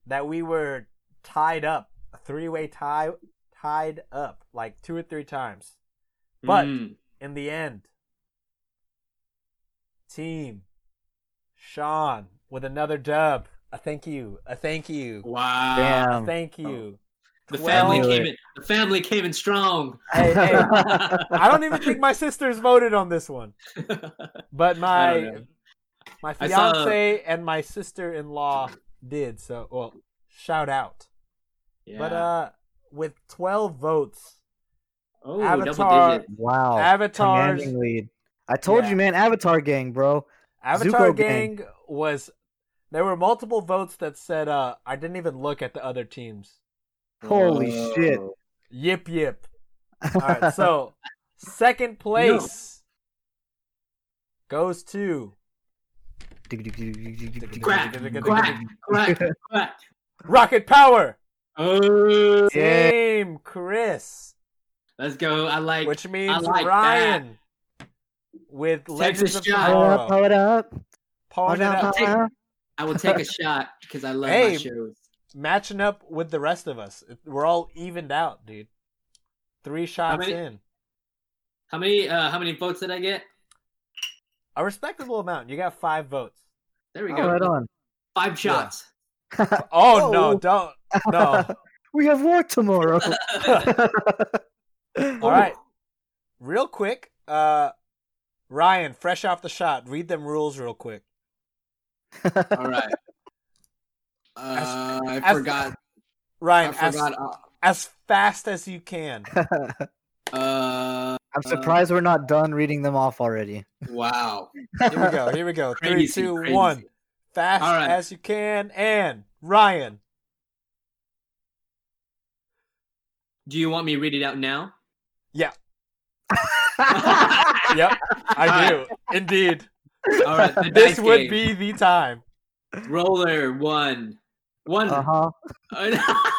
that we were tied up, a three-way tie, tied up like two or three times. But- Mm. In the end, team Sean with another dub. A thank you. A thank you. wow. A Damn. thank you. The Well- family came in the family came in strong. Hey, hey, I don't even think my sisters voted on this one, but I don't my know. my I saw- fiance and my sister-in-law did. So, well, shout out. Yeah. But uh, with twelve votes, oh, Avatar- double digit. Wow. Avatars Oh, Commanding lead. I told Yeah. you, man. Avatar gang, bro. Avatar Zuko Gang Gang. was. There were multiple votes that said uh, I didn't even look at the other teams. Holy shit. Yip yip. All right, so second place goes to Quack, quack, quack, quack. Rocket Power Oh, Yeah. Team Chris, let's go. I like which means like Ryan with Legends Texas of shot. Power up, Tomorrow. power up. Pulling it Power up, up, Take- power up. I will take a shot because I love Hey. my shows. matching up with the rest of us. We're all evened out, dude. Three shots many- in. How many uh how many votes did I get? A respectable amount. You got five votes. There we Oh, go. Right on. Five shots. Oh no, Oh. don't no. We have work tomorrow. All right. Real quick, uh Ryan, fresh off the shot, read them rules real quick. All right. Uh, I as- forgot. I Ryan, as, forgot. uh, as fast as you can. Uh, I'm surprised we're not done reading them off already. wow. Here we go. Here we go. Three, Crazy, two, one. crazy. Fast All right. as you can and Ryan. Do you want me to read it out now? Yep, I do. Indeed. All right. the This dice would game. be the time. roller one, one. Uh huh. Uh-huh.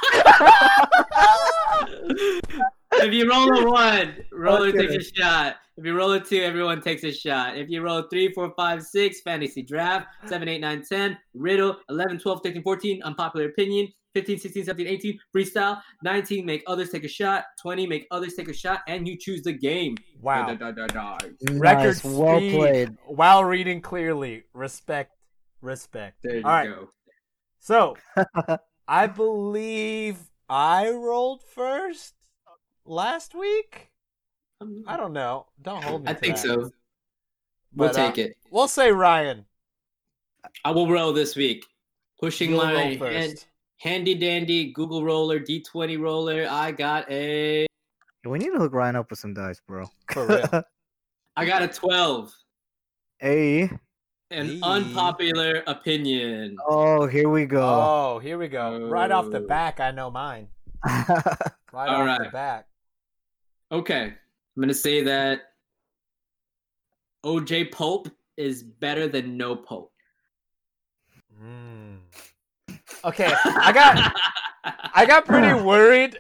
if you roll a one, roller Okay. takes a shot. If you roll a two, everyone takes a shot. If you roll a three, four, five, six, fantasy draft, seven, eight, nine, ten, riddle, 11, 12, 13, 14, unpopular opinion, 15, 16, 17, 18, freestyle, 19, make others take a shot, 20, make others take a shot, and you choose the game. Wow. Da, da, da, da, da. Record nice. Well speed played. while reading clearly. Respect. Respect. There you All right. go. So, I believe I rolled first last week. I don't know. Don't hold me. I to think that. so. We'll But, uh, take it. We'll say Ryan. I will roll this week. Pushing You'll my roll hand, first. handy dandy Google roller, D20 roller. I got a We need to hook Ryan up with some dice, bro. For real. I got a 12. Hey. An Eee. unpopular opinion. Oh, here we go. Oh, here we go. Right off the Oh. Oh. back, I know mine. Right All off the right. back. Okay. I'm gonna say that OJ Pope is better than no Pope. Mm. Okay, I got I got pretty worried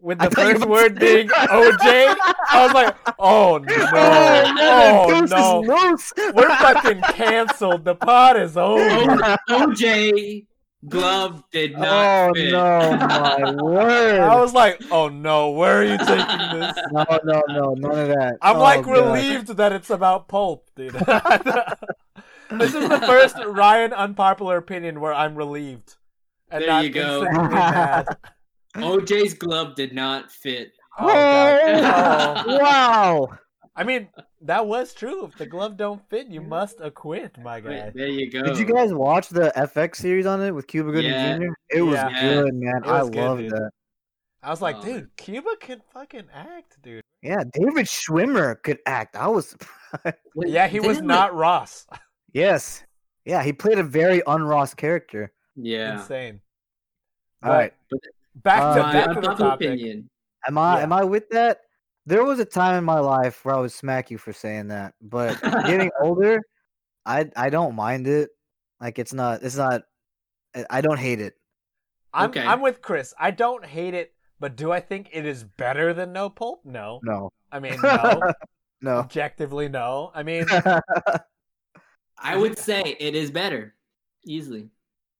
with I the thought you first were- word being OJ. I was like, oh no, oh no, we're fucking canceled. The pod is over. O- OJ glove did not Oh fit. no, my word! I was like, oh no, where are you taking this? no, no, no, none of that. I'm Oh, like God. relieved that it's about pulp, dude. this is the first Ryan unpopular opinion where I'm relieved. And There not you go. instantly mad. OJ's glove did not fit. Oh, God. Oh. Wow. I mean, that was true. If the glove don't fit, you must acquit, my guy. There you go. Did you guys watch the FX series on it with Cuba Gooding Yeah. Jr.? It was Yeah. good, man. It I was good, love dude. that. I was like, Oh. dude, Cuba can fucking act, dude. Yeah, David Schwimmer could act. I was surprised. Wait, Yeah, he was didn't not Ross. yes. Yeah, he played a very unross character. it- Yeah. Insane. All right. Back to Uh, back to the unpopular topic. opinion. Am I Yeah. am I with that? There was a time in my life where I would smack you for saying that, but getting older, I I don't mind it. Like it's not it's not I- I don't hate it. I'm Okay. I'm with Chris. I don't hate it, but do I think it is better than no pulp? No. No. I mean, no. No. Objectively, no. I mean, whoa, I would say it is better, easily.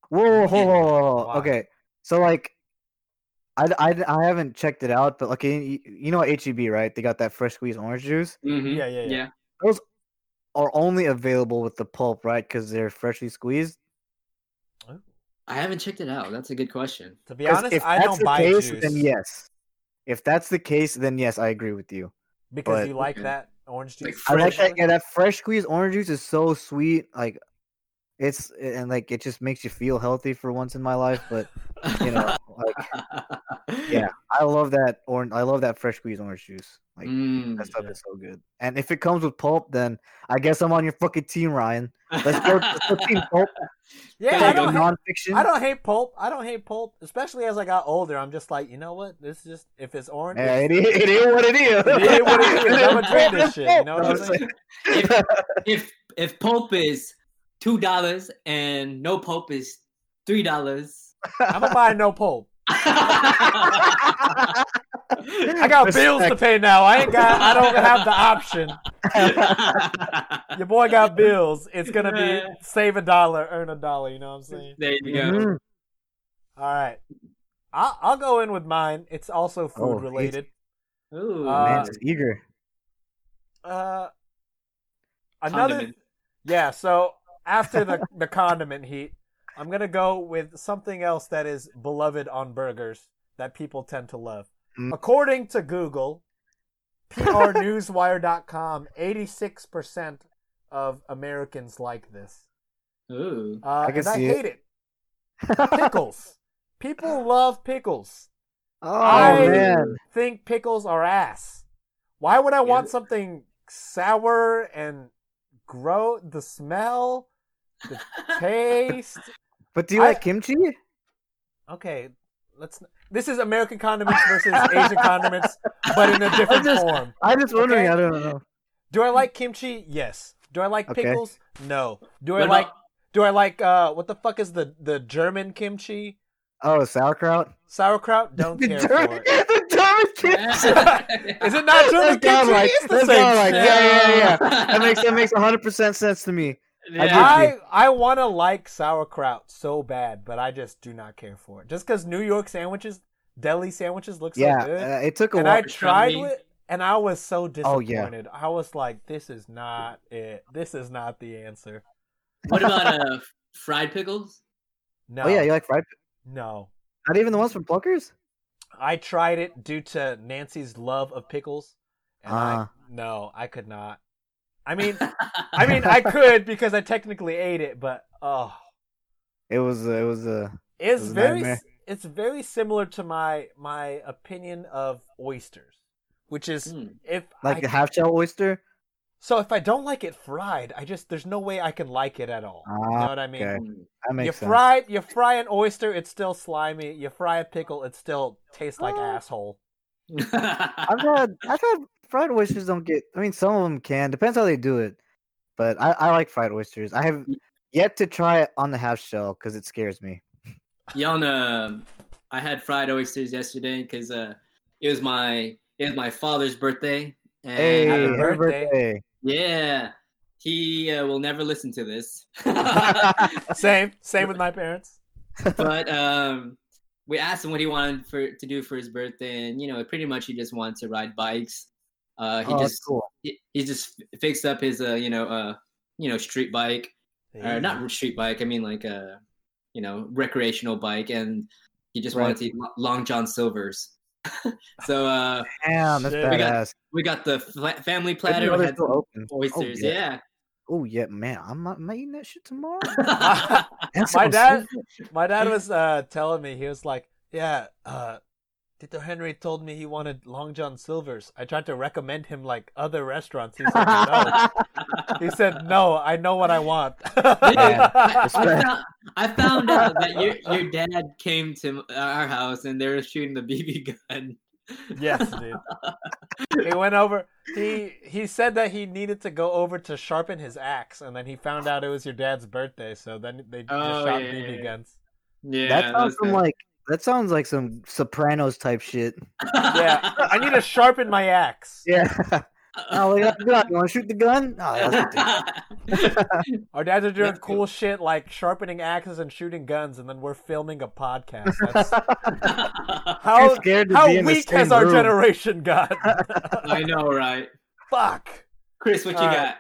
whoa, whoa, whoa, whoa. Why? Okay. So like I, I, I haven't checked it out, but like you, you know at HEB, right? They got that fresh squeezed orange juice. Mhm. Yeah, yeah, yeah. Are only available with the pulp, right? Because they're freshly squeezed. I haven't checked it out. That's a good question. to be 'Cause honest, if I that's don't the buy case, juice then yes. If that's the case, then yes, I agree with you. because but- you like Okay. that orange Like juice. I like that. flavor. Yeah, that fresh squeezed orange juice is so sweet. Like, it's and like it just makes you feel healthy for once in my life. But you know, like yeah, I love that orange. I love that fresh squeezed orange juice. Like Mm. that stuff is so good. And if it comes with pulp, then I guess I'm on your fucking team, Ryan. Let's go, let's go team pulp. Yeah, There I you go. don't, hate, nonfiction. I don't hate pulp. I don't hate pulp, especially as I got older. I'm just like, you know what? This is just if it's orange, Yeah, it's- it, is, it is what it is. it is what it is. I'm gonna drink It's this shit. You pulp. know what No, I'm it's saying? if, if if pulp is two dollars and no pulp is three dollars. I'm gonna buy no pulp. I I got bills to pay now. I ain't got. I don't have the option. Your boy got bills. It's gonna be save a dollar, earn a dollar. You know what I'm saying? there you go. Mhm. All right. I'll, I'll go in with mine. It's also food Oh, he's- related. Ooh, Uh, Man's eager. Uh, another. Condiment. Yeah. So after the the condiment heat, I'm gonna go with something else that is beloved on burgers that people tend to love. Mm. According to Google, PRNewsWire.com, 86 percent of Americans like this. ooh. Uh, can and I see it. hate it. Pickles. people love pickles. Oh I- man, think pickles are ass. Why would I want Yeah. something sour and grow the smell, the taste? but do you I- like kimchi? Okay, let's. This is American condiments versus Asian condiments, but in a different I just- form. I'm just wondering. Okay. I don't know. Do I like kimchi? Yes. Do I like Okay. pickles? No. Do I What like? about- Do I like? Uh, what the fuck is the the German kimchi? Oh, sauerkraut. Sauerkraut? Don't The care German- for it. the German kimchi. Is it not German That sounds kimchi? like- it's the that same sounds like- shit. yeah, yeah, yeah. That makes that makes 100 percent sense to me. Yeah. I I want to like sauerkraut so bad, but I just do not care for it. Just because New York sandwiches, deli sandwiches, look so yeah, good, uh, it took a and while. I tried Crummy. it, and I was so Oh, yeah. disappointed. I was like, this is not it. This is not the answer. What about uh, fried pickles? No, Oh yeah, you like fried? no. Not even the ones from Pluckers. I tried it due to Nancy's love of pickles, and I Ah. no, I could not. I mean, I mean, I could because I technically ate it, but oh. It was uh, it was uh, It's It was a very nightmare. it's very similar to my my opinion of oysters, which is Mm. if like I, a half shell oyster. so if I don't like it fried, I just there's no way I can like it at all. you know Ah, what I mean? okay. Mm. That makes You sense. fry Ah. it, you fry an oyster, it's still slimy. You fry a pickle, it still tastes like asshole. I've had I've had fried oysters don't get. I mean, some of them can. Depends how they do it. But I, I like fried oysters. I have yet to try it on the half shell because it scares me. Y'all know um, I had fried oysters yesterday because uh, it was my it was my father's birthday. And Hey, happy happy birthday. birthday! yeah, he uh, will never listen to this. Same, same with my parents. but um, we asked him what he wanted for to do for his birthday, and you know, pretty much he just wanted to ride bikes. Uh, he oh, that's just cool. he, he just f- fixed up his uh, you know uh, you know street bike or Uh, not street bike. I mean like a you know recreational bike, and he just wanted to eat Lo- Long John Silver's. so uh, Damn, that's Shit. We got badass. we got the fla- family I didn't platter. know We they're had still open. oysters, Oh, yeah. Oh yeah, man, I'm, I'm eating that shit tomorrow. That My sounds so dad- My dad was uh, telling me he was like, "Yeah, uh, Tito Henry told me he wanted Long John Silver's. I tried to recommend him like other restaurants. He said no. he said no. I know what I want." I, Yeah. I found, I found out that your your dad came to m- uh, our house and they were shooting the BB gun. yes, dude. He went over. He he said that he needed to go over to sharpen his axe, and then he found out it was your dad's birthday. So then they just Oh, shot yeah, BB yeah. guns. Yeah, that sounds was some, good. like that sounds like some Sopranos type shit. Yeah, I need to sharpen my axe. Yeah. oh, we got the gun. You want to shoot the gun? Oh, that's ridiculous. Our dads are doing That's cool cool. shit like sharpening axes and shooting guns, and then we're filming a podcast. That's Too how scared to how be in the weak has same our room. generation got? I know, right? Fuck. Chris, what you All got?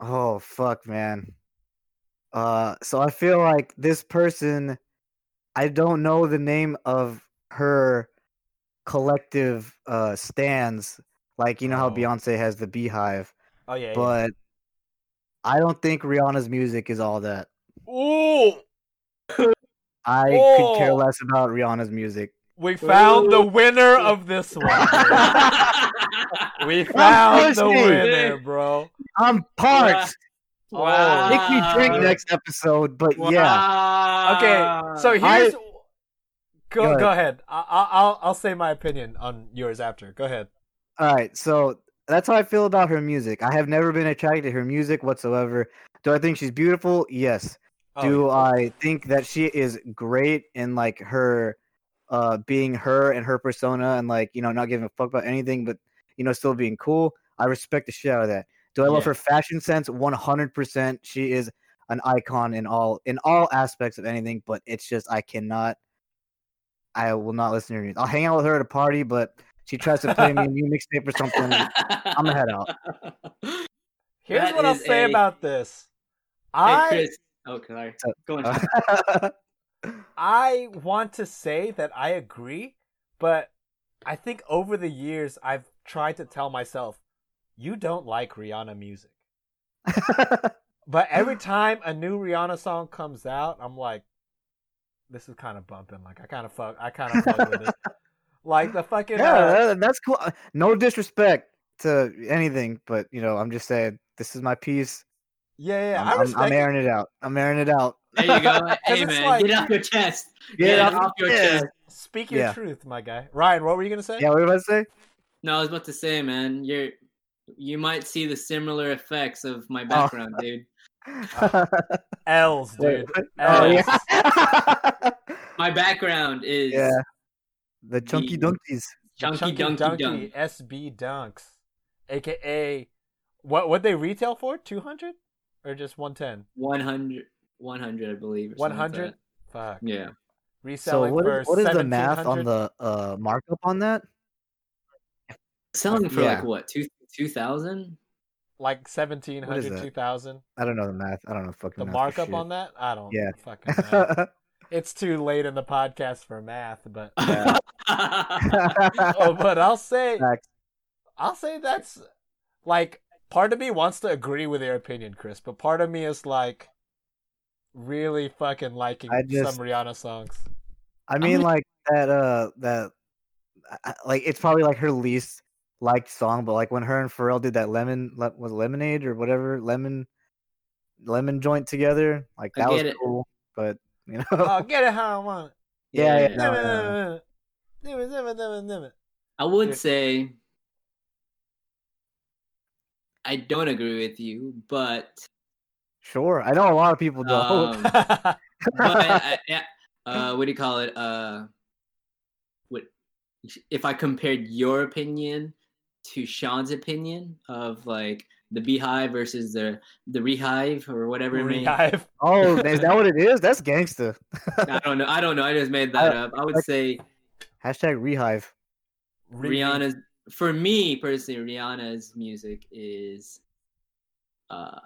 Oh fuck, man. Uh, so I feel like this person, I don't know the name of her collective uh stands. Like you know how Oh. Beyonce has the Beehive, Oh yeah. but I don't think Rihanna's music is all that. yeah. Ooh, I could care Oh. less about Rihanna's music. we found the winner of this one. dude. We found the pushing. winner, bro. I'm parched. Wow. Make me drink next episode, but yeah. Okay, so Uh, I- here's. Go Go ahead. go ahead. I, I, I'll I'll say my opinion on yours after. Go ahead. All right, so that's how I feel about her music. I have never been attracted to her music whatsoever. Do I think she's beautiful? Yes. Oh, Do yeah. I think that she is great in like her uh being her and her persona and like, you know, not giving a fuck about anything but you know still being cool? I respect the shit out of that. Do I love Yeah. her fashion sense? 100%. She is an icon in all in all aspects of anything, but it's just I cannot I will not listen to her music. I'll hang out with her at a party, but she tries to play me a new mixtape or something. I'm gonna head out. Here's That what I'll is say a- about this. Hey, I Chris. Oh, sorry. So- Go on. I want to say that I agree, but I think over the years I've tried to tell myself, you don't like Rihanna music. But every time a new Rihanna song comes out, I'm like, this is kind of bumping. Like I kind of fuck, I kind of fuck with it. Like the fucking yeah, uh, that- that's cool. Uh, No disrespect to anything, but you know, I'm just saying this is my piece. yeah, yeah. I'm, i I'm- I'm respect it. airing it out. I'm airing it out. There you go. hey, it's man, like- get it off your chest. Get it Get it off off your your chest. Speak your Yeah. truth, my guy. Ryan, what were you gonna say? Yeah, what did I say? No, I was about to say, man, you're you might see the similar effects of my background, dude. L's, Wait, dude. what? L's. oh yeah, My background is yeah. The chunky The- donkeys. chunky, Chunky dunky, Donkey SB Dunks, aka what what they retail for? Two hundred or just one ten? 100, 100, I believe. or One something like hundred. that. Fuck. yeah. So Reselling what for is, what is the math on 1700? the uh, markup on that? Selling for Yeah. like what, two two thousand? like 1700, that? 2000? I don't know the math. I don't know fucking The math for markup shit. on that? I don't Yeah. fucking know. it's too late in the podcast for math, but Yeah. oh, but I'll say Facts. I'll say that's like part of me wants to agree with your opinion, Chris, but part of me is like really fucking liking I just- some Rihanna songs. I mean, gonna- like that. Uh, that. I- I- Like it's probably like her least liked song, but like when her and Pharrell did that lemon le- was it lemonade or whatever lemon lemon joint together, like I that was get it. cool. But you know, oh, get Oh, it how I want it. yeah, yeah, yeah. no, no, no. Oh, Nim it, nim it, nim it, nim it. I would say I don't agree with you, but Sure, I know a lot of people don't. um, but I, I- uh, what do you call it? Uh, what if I compared your opinion to Sean's opinion of like the beehive versus the the rehive or whatever it may Rehive. oh, is that what it is? That's gangsta. I don't know. I don't know. I just made that up. I would say Hashtag rehive. Re- Rihanna's for me personally. Rihanna's music is, uh,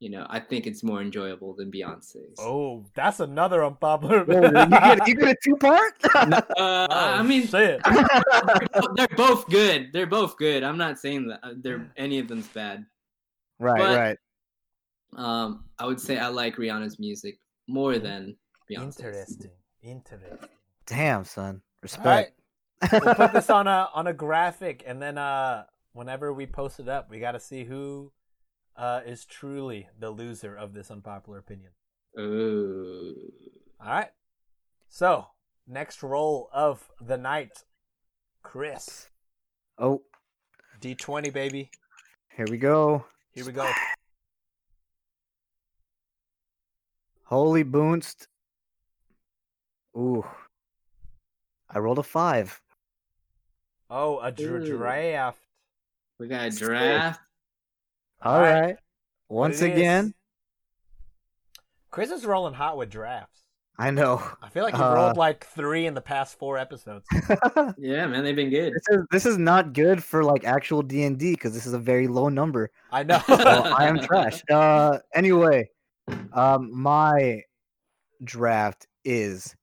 you know, I think it's more enjoyable than Beyonce's. Oh, that's another unpopular. Whoa, you get you get a two part? Uh, Oh, I mean, shit. they're both good. They're both good. I'm not saying that uh, they're any of them's bad. right, But- right. Um, I would say I like Rihanna's music more than Beyonce's. Interesting. Interesting. Damn, son. All right, Respect. we'll put this on a on a graphic, and then uh, whenever we post it up, we got to see who uh is truly the loser of this unpopular opinion. Ooh. All right. So next roll of the night, Chris. oh, D twenty baby. here we go. Here we go. Holy boonst. Ooh. I rolled a five. Oh, a dra- Ooh. draft. We got a draft. All Alright. right. Once What it is. again, Chris is rolling hot with drafts. I know. I feel like he Uh, rolled like three in the past four episodes. Yeah, man, they've been good. This is this is not good for like actual D and D because this is a very low number. I know. So I am trash. Uh, anyway, um, my draft is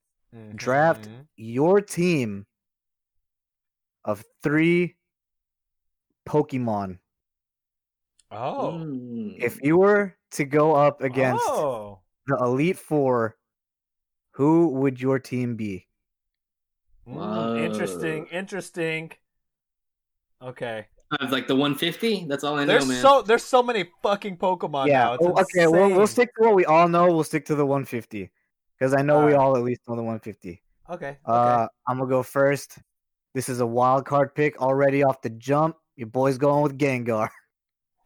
Draft. Mm-hmm. Mhm. your team of three Pokemon. Oh. Mm. If you were to go up against Oh. the Elite Four, who would your team be? Mm, Whoa. Interesting. Interesting. Okay. I was like the 150. That's all I know, there's man. so there's so many fucking Pokemon now. It's oh, okay. We'll, we'll insane. stick to what we all know. We'll stick to the 150 because I know we Alright. all at least know the 150. Okay. Uh, okay. Uh, I'm gonna go first. This is a wild card pick already off the jump. Your boy's going with Gengar.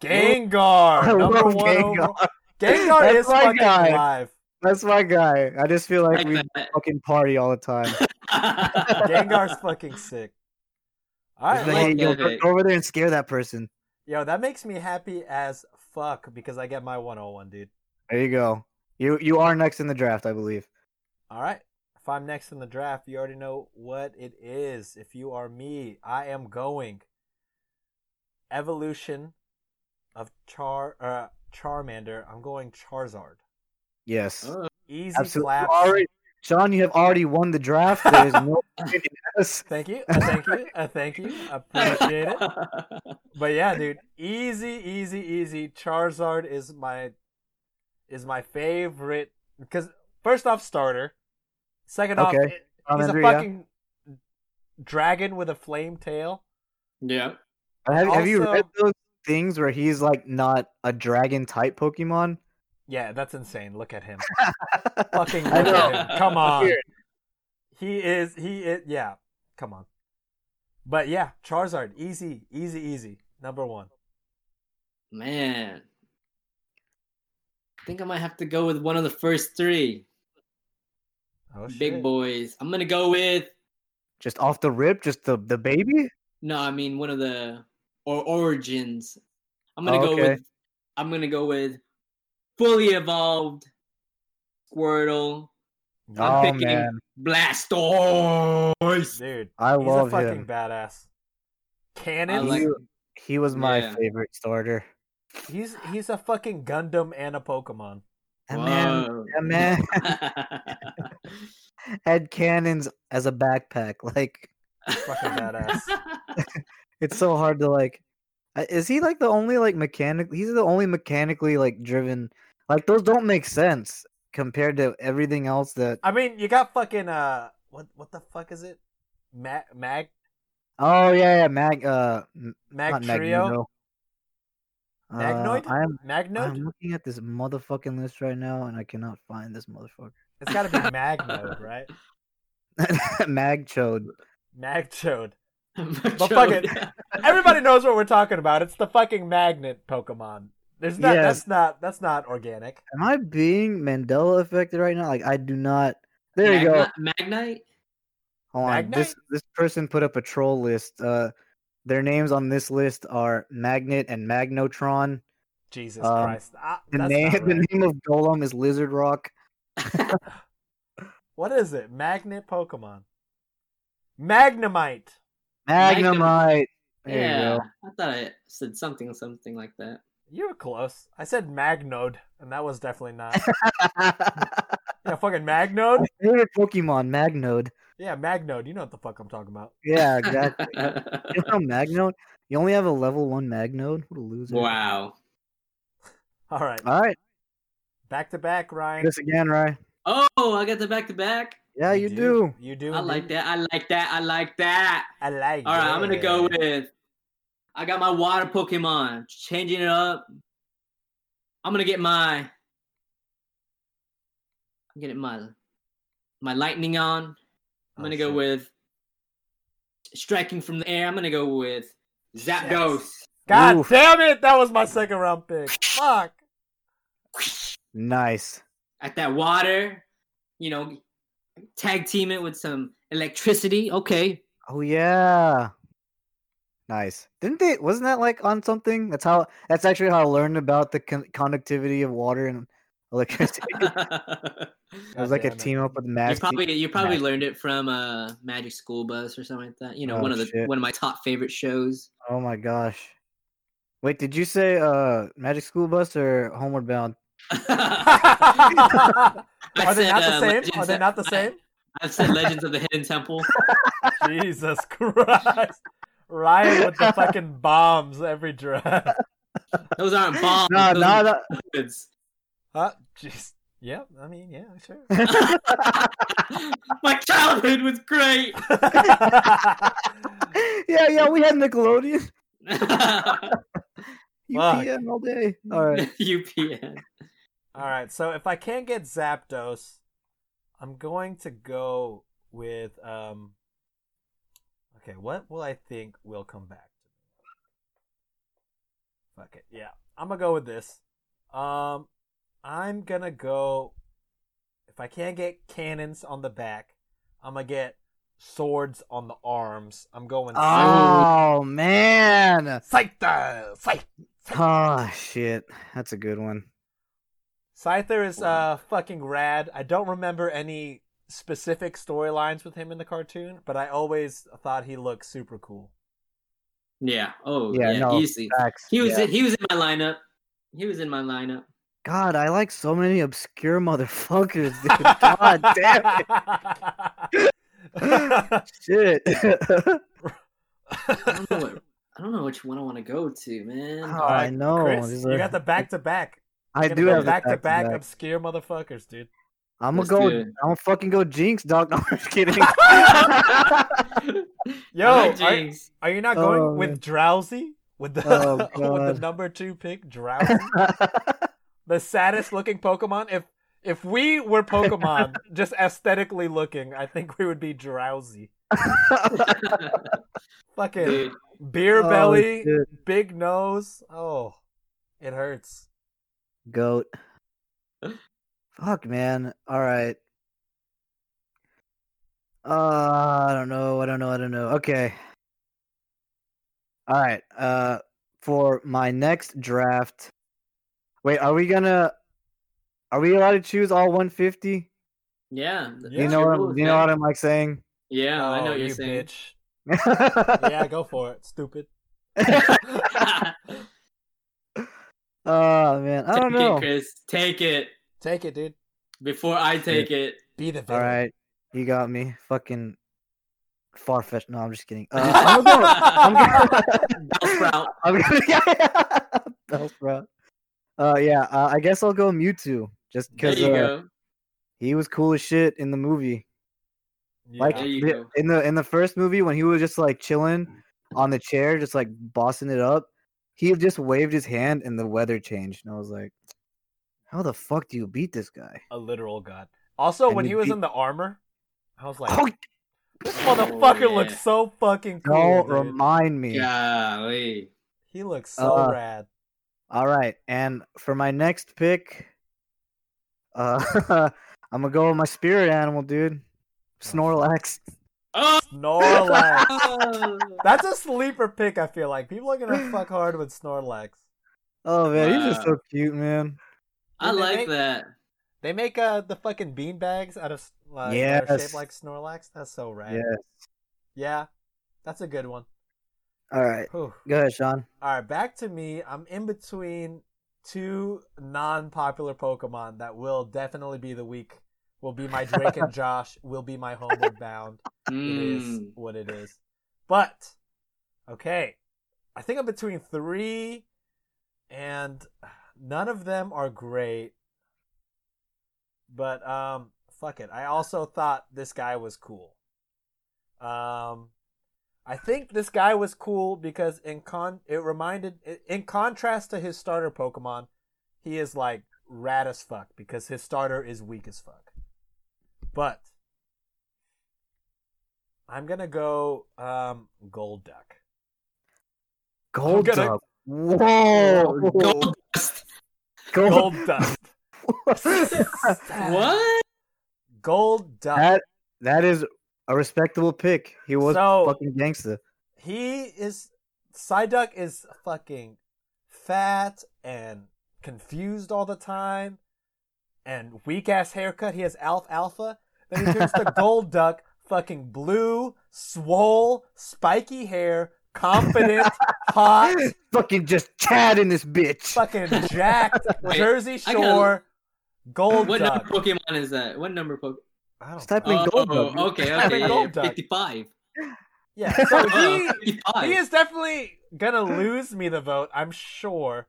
I Gengar, number love one. Gengar. overall- Gengar That's is my fucking guy. alive. That's my guy. I just feel like Like we that. fucking party all the time. Gengar's fucking sick. All Just right, like, like hey, yo, that go pick. go over there and scare that person. yo, that makes me happy as fuck because I get my 101, dude. There you go. You you are next in the draft, I believe. All right. If I'm next in the draft, you already know what it is. If you are me, I am going evolution of Char uh, Charmander. I'm going Charizard. Yes, Oh, Easy absolutely. clap. Already, John, you have already won the draft. There is no second guess. Thank you. Uh, thank you. Uh, thank you. Appreciate it. But yeah, dude, easy, easy, easy. Charizard is my is my favorite because first off, starter. Second off, Okay. it- Tom he's a Andrew, yeah. fucking dragon with a flame tail. yeah. Have, have you Also- read those things where he's like not a dragon type Pokemon? Yeah, that's insane. Look at him. Fucking I look at know. him. Come on. Weird. He is. He is. Yeah. Come on. But yeah, Charizard, easy, easy, easy. Number one. Man. I think I might have to go with one of the first three Oh shit. big boys. I'm going to go with, Just off the rip, just the the baby. no, I mean, one of the or origins. I'm going to Oh, go okay. with, I'm going to go with fully evolved Squirtle. oh I'm picking man, Blastoise. Dude, I he's love a fucking him. badass. I Cannon. like You- He was my Yeah. favorite starter. He's he's a fucking Gundam and a Pokemon. That man, Whoa. that man had cannons as a backpack. Like Fucking badass. it's so hard to like. I- Is he like the only like mechanic? He's the only mechanically like driven. Like those don't make sense compared to everything else that. I mean, you got fucking uh, what what the fuck is it? Mag Mag Oh yeah, yeah Mag. Uh, m- Mag not Trio. Magneto. Uh, Magnoid? I'm I'm Magnode. looking at this motherfucking list right now, and I cannot find this motherfucker. It's got to be Magnode, right? Magchode. Magchode. But fuck it. Everybody knows what we're talking about. It's the fucking magnet Pokemon. There's not. Yeah. That's not. That's not organic. Am I being Mandela affected right now? Like I do not. There you go. Magnite. Hold on. This this person put up a troll list. Uh, their names on this list are Magnet and Magnotron. Jesus Um, Christ. Ah, The that's name not right. the name of Golem is Lizard Rock. What is it? Magnet Pokemon. Magnemite. Magnum- Magnemite. There yeah, you go. I thought I said something, something like that. You were close. I said Magnode, and that was definitely not. yeah, fucking Magnode. Favorite Pokemon Magnode. Yeah, Magnode. You know what the fuck I'm talking about. Yeah, exactly. you know Magnode. You only have a level one Magnode. What a loser. wow. All right, All right. back to back, Ryan. This again, right? Oh, I got the back to back. Yeah, you, do. You do. I indeed. like that. I like that. I like that. I like. All right, I'm gonna go it. with. I got my water Pokemon. Changing it up. I'm gonna get my. I'm getting my, my lightning on. Oh, I'm gonna go shit. with. Striking from the air. I'm gonna go with Zapdos. God Oof. damn it! That was my second round pick. Fuck. Nice. at that water, you know, tag team it with some electricity. Okay. Oh yeah. Nice. Didn't they? Wasn't that like on something? That's how. That's actually how I learned about the con- conductivity of water and electricity. you it was like a Goddamn it. team up with Max. probably you probably Magic. learned it from uh Magic School Bus or something like that. You know, Oh, one of the shit. one of my top favorite shows. Oh my gosh. Wait, did you say uh Magic School Bus or Homeward Bound? I Are they said, not uh, the same? Legends Are they of- not the same? I've said Legends of the Hidden Temple. Jesus Christ. Ryan with the fucking bombs every draft. Those aren't bombs. No, those no, are no. words. Huh? Jeez. Yeah, I mean, yeah, sure. my childhood was great. yeah, yeah, we had Nickelodeon. Fuck. UPN all day. All right. UPN. All right, so if I can't get Zapdos, I'm going to go with um Okay, what will I think will come back to me? Fuck it. Yeah. I'm going to go with this. Um I'm going to go if I can't get cannons on the back, I'm going to get swords on the arms. I'm going Oh man. Scyther. Scyther. Oh shit. That's a good one. Scyther is uh fucking rad. I don't remember any specific storylines with him in the cartoon, but I always thought he looked super cool. Yeah. Oh Yeah, yeah. no, easy. Facts. He was Yeah. he was in my lineup. He was in my lineup. God, I like so many obscure motherfuckers, dude. God damn it. Shit. I don't know what I don't know which one I want to go to, man. Oh, All I right. know. Chris, These you are- got the back to back. I do have the back to back back-to-back. obscure motherfuckers, dude. I'm gonna Let's go. do I'm it. gonna fucking go Jinx, dog. No, I'm just kidding. Yo, All right, are, James. are you not going Oh, with man. Drowsy with the Oh, with God. the number two pick, Drowsy? the saddest looking Pokemon. If if we were Pokemon, just aesthetically looking, I think we would be drowsy. Fucking Dude, beer Oh, belly, shit. big nose. Oh, it hurts. Goat. Fuck, man. All right. Uh, I don't know. I don't know. I don't know. Okay. All right. Uh, for my next draft. Wait, are we gonna? Are we allowed to choose all 150? yeah. th- Yeah. you that's know your what? I'm, rules, you know man. what I'm like saying. Yeah, I know Oh, what you're you saying. Bitch. yeah, Yeah, go for it. Stupid. Oh man, I take don't know. it, Chris. Take it Take it, dude. before I take it. Be the All villain. right, you got me. Fucking far fetched. No, I'm just kidding. Uh, I'm gonna go. I'm gonna, Bellsprout. I'm gonna yeah. That's rough. Uh, yeah. Uh, I guess I'll go Mewtwo just There because you uh, go. he was cool as shit in the movie. Yeah. Like There you the- go. in the in the first movie when he was just like chilling on the chair, just like bossing it up. He just waved his hand and the weather changed, and I was like, "How the fuck do you beat this guy?" a literal god. Also, And when you he was beat- in the armor, I was like, Oh, This motherfucker yeah. looks so fucking cool. Don't dude. remind me. Golly. He looks so Uh, rad. All right, and for my next pick, uh, I'm gonna go with my spirit animal, Oh, dude. Snorlax. Oh! Snorlax. Oh. That's a sleeper pick. I feel like people are gonna fuck hard with Snorlax. Oh man, he's just Wow. so cute, man. I Didn't they like make- that. They make uh the fucking bean bags out of s- uh, that are Yes. shaped like Snorlax. That's so rad. Yeah. Yeah, that's a good one. All right, Whew. go ahead, Sean. All right, back to me. I'm in between two non-popular Pokemon that will definitely be the week. Will be my Drake and Josh. Will be my homeward bound. It is Mm. what it is. But okay, I think I'm between three, and none of them are great. But um, fuck it. I also thought this guy was cool. Um, I think this guy was cool because in con it reminded in contrast to his starter Pokemon, he is like rad as fuck because his starter is weak as fuck. But I'm gonna go um Gold Duck. Gold gonna- Duck. Whoa, Gold dust. Gold Gold Duck. What? Gold Duck. That that is a respectable pick. He was So- fucking gangster. he is Psyduck is fucking fat and confused all the time and weak ass haircut. He has alf alpha. Then he turns to gold duck, fucking blue, swole, spiky hair, confident, hot, Fucking just Chad in this bitch. fucking jacked, Wait, Jersey I gotta- Shore, gold What duck. number Pokemon is that? What number Pokemon? I don't Just type in Oh, Gold Duck. okay, Type okay. in yeah, Gold yeah, Duck. 55. Yeah, so Oh, he, 55. he is definitely gonna lose me the vote, I'm sure.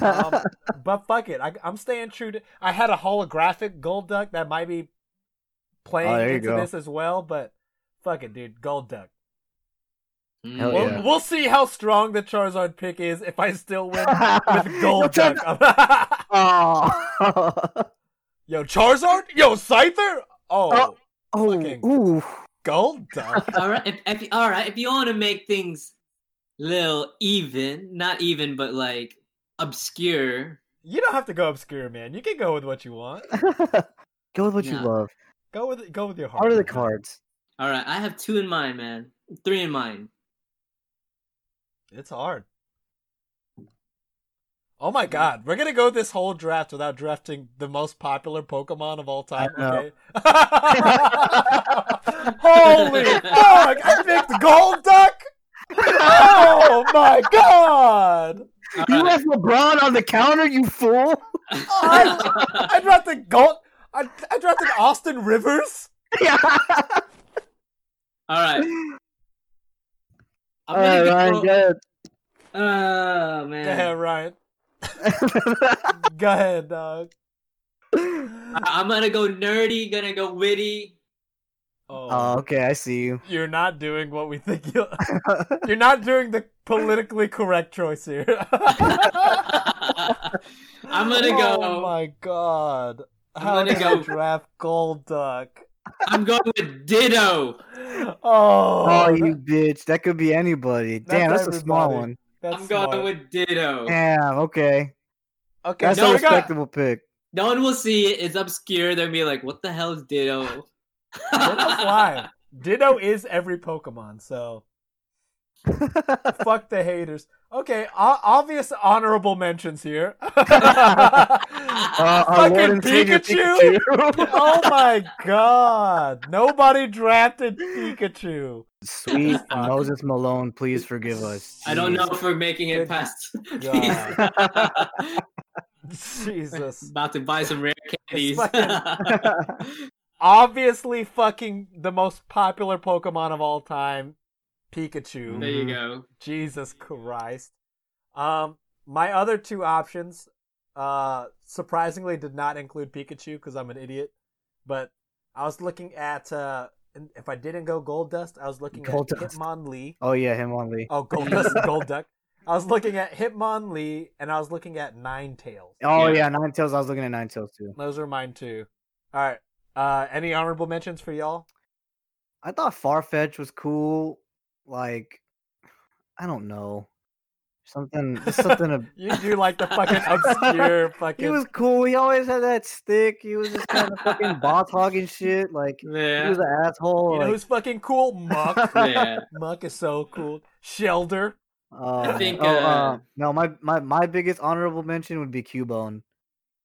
Um, but fuck it, I, I'm staying true to. I had a holographic gold duck that might be playing Oh, there you into go. this as well, but fuck it, dude, gold duck. Mm. Hell We'll, yeah. we'll see how strong the Charizard pick is if I still win with Yo, gold Chad- duck. Oh, Yo, Charizard, yo, Scyther, oh, Oh. oh, Fucking- ooh. gold duck. all right, if, if all right, if you want to make things little even, not even, but like obscure. You don't have to go obscure, man. You can go with what you want. go with what you Yeah. love. Go with go with your heart. Part of the cards. All right, I have two in mind, man. Three in mind. It's hard. Oh my god, we're gonna go this whole draft without drafting the most popular Pokemon of all time. I know. Okay. Holy fuck! I picked Gold Duck. Oh my god! All You right. left LeBron on the counter, you fool. I, I dropped a gold. I, I dropped an Austin Rivers. yeah. all right. All right, Ryan, go- go Oh Go man, ahead, Ryan. ahead. Go ahead, dog. I- I'm gonna go nerdy. Gonna go witty. Oh, oh, okay, I see you. you're not doing what we think you. You're not doing the politically correct choice here. I'm gonna go. Oh my god. I'm How gonna did go- I draft Gold Duck? I'm going with Ditto. Oh, Oh, you that- bitch. That could be anybody. Damn, that's That's a small everybody. one. that's I'm going smart. with Oh. Ditto. Damn, okay. Okay, That's so a we got- respectable pick. No one will see it. It's obscure. They'll be like, "What the hell is Ditto?" Ditto's live. Ditto is every Pokemon, so fuck the haters. Okay, o- obvious honorable mentions here. Uh, our Lord Fucking and Savior Pikachu! Pikachu. oh my god! Nobody drafted Pikachu. Sweet Moses Malone, please forgive us. I don't know if we're making it Good past. God. Jesus. About to buy some rare candies. Obviously, fucking the most popular Pokemon of all time, Pikachu. there you go. Jesus Christ. Um, my other two options, uh, surprisingly did not include Pikachu because I'm an idiot. But I was looking at uh, and if I didn't go Gold Dust, I was looking at Goldust. Hitmonlee. Oh yeah, him only. Oh, Gold Dust, Gold Duck. I was looking at Hitmonlee, and I was looking at Ninetales. Oh Yeah. yeah, Nine Tails. I was looking at Nine Tails too. Those are mine too. All right. Uh, any honorable mentions for y'all? I thought Farfetch was cool. Like, I don't know, something something. ab- You do like the fucking obscure fucking. he was cool. He always had that stick. He was just kind of fucking boss hogging shit. Like he Yeah. was an asshole. you know like, who's fucking cool? Muck. yeah. Muck is so cool. Shelter. Oh, I think, oh, uh, uh, no, my, my my biggest honorable mention would be Cubone.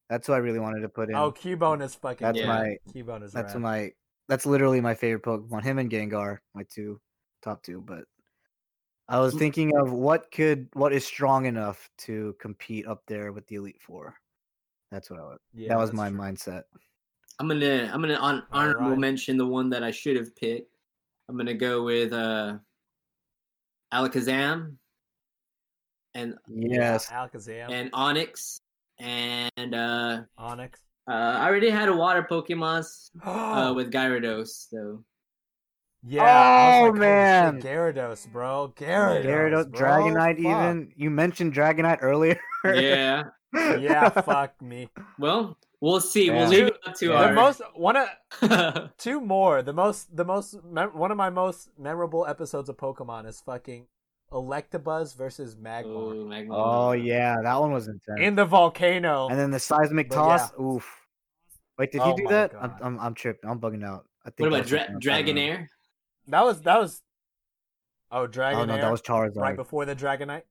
That's who I really wanted to put in. Oh, Cubone is fucking. that's yeah. my Cubone is. that's rad. my that's literally my favorite Pokemon. Him and Gengar, my two top two. But I Mm. was thinking of what could what is strong enough to compete up there with the Elite Four. That's what I was. Yeah, that was that's my true. mindset. I'm gonna I'm gonna on, All honorable right. mention the one that I should have picked. I'm gonna go with uh Alakazam and Yes. Yeah, Alakazam. and Onyx and uh, Onyx. uh I already had a water Pokemon uh, Oh with Gyarados, so yeah. Oh, I was like, holy shit, man. Gyarados, bro. Gyarados. Gyarados, bro, Dragonite. fuck. Even you mentioned Dragonite earlier. yeah. Yeah, fuck me. Well, we'll see. Yeah. We'll leave it up to Yeah. The our most one of most two more. The most the most mem- one of my most memorable episodes of Pokemon is fucking Electabuzz versus Magmar Oh, Magmar. oh yeah, that one was intense. in the volcano. And then the seismic But toss. Oof. Wait, did he Oh do my that? I'm, God. I'm I'm tripping. I'm bugging out. I think that What about was Dra- something else. I don't know. Dragonair? That was that was Oh, Oh Dragonair. no, that was Charizard. right before the Dragonite.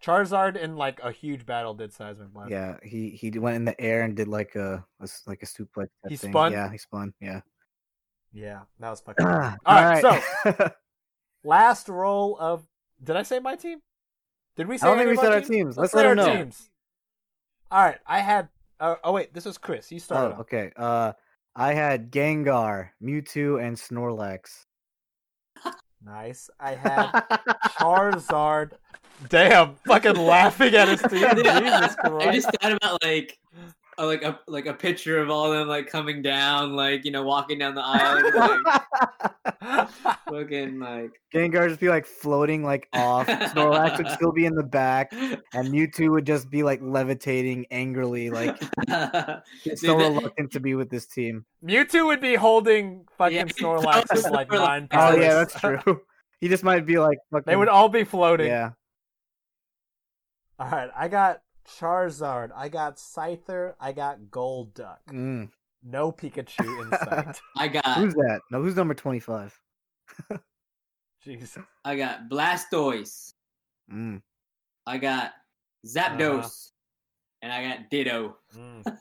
Charizard in like a huge battle did Seismic Blast. yeah, he he went in the air and did like a, a s- like a suplex. type He thing. spun? Yeah, he spun. Yeah. Yeah, that was fucking. All All right, so I last roll of. Did I say my team? Did we say? don't think any we of our said our teams? teams. Let's, Let's say let our her know. teams. All right, I had. Uh, oh wait, this was Chris. He started. Oh, okay. Uh, I had Gengar, Mewtwo, and Snorlax. off. Nice. I had Charizard. Damn, fucking laughing at his team. Jesus I Christ. just thought about like a, like a like a picture of all of them like coming down, like you know, walking down the aisle, and, like looking like Gengar just be like floating like off. Snorlax would still be in the back, and Mewtwo would just be like levitating angrily, like He's Dude, so that- reluctant to be with this team. Mewtwo would be holding fucking Yeah, Snorlax's like Snorlax. nine Oh powers. yeah, that's true. he just might be like fucking. They would all be floating. Yeah. All right, I got Charizard, I got Scyther, I got Golduck. Mm. No Pikachu in sight. I got Who's that? No, who's number twenty five? Jesus. I got Blastoise, Mm. I got Zapdos, Uh-huh. and I got Ditto. Mm,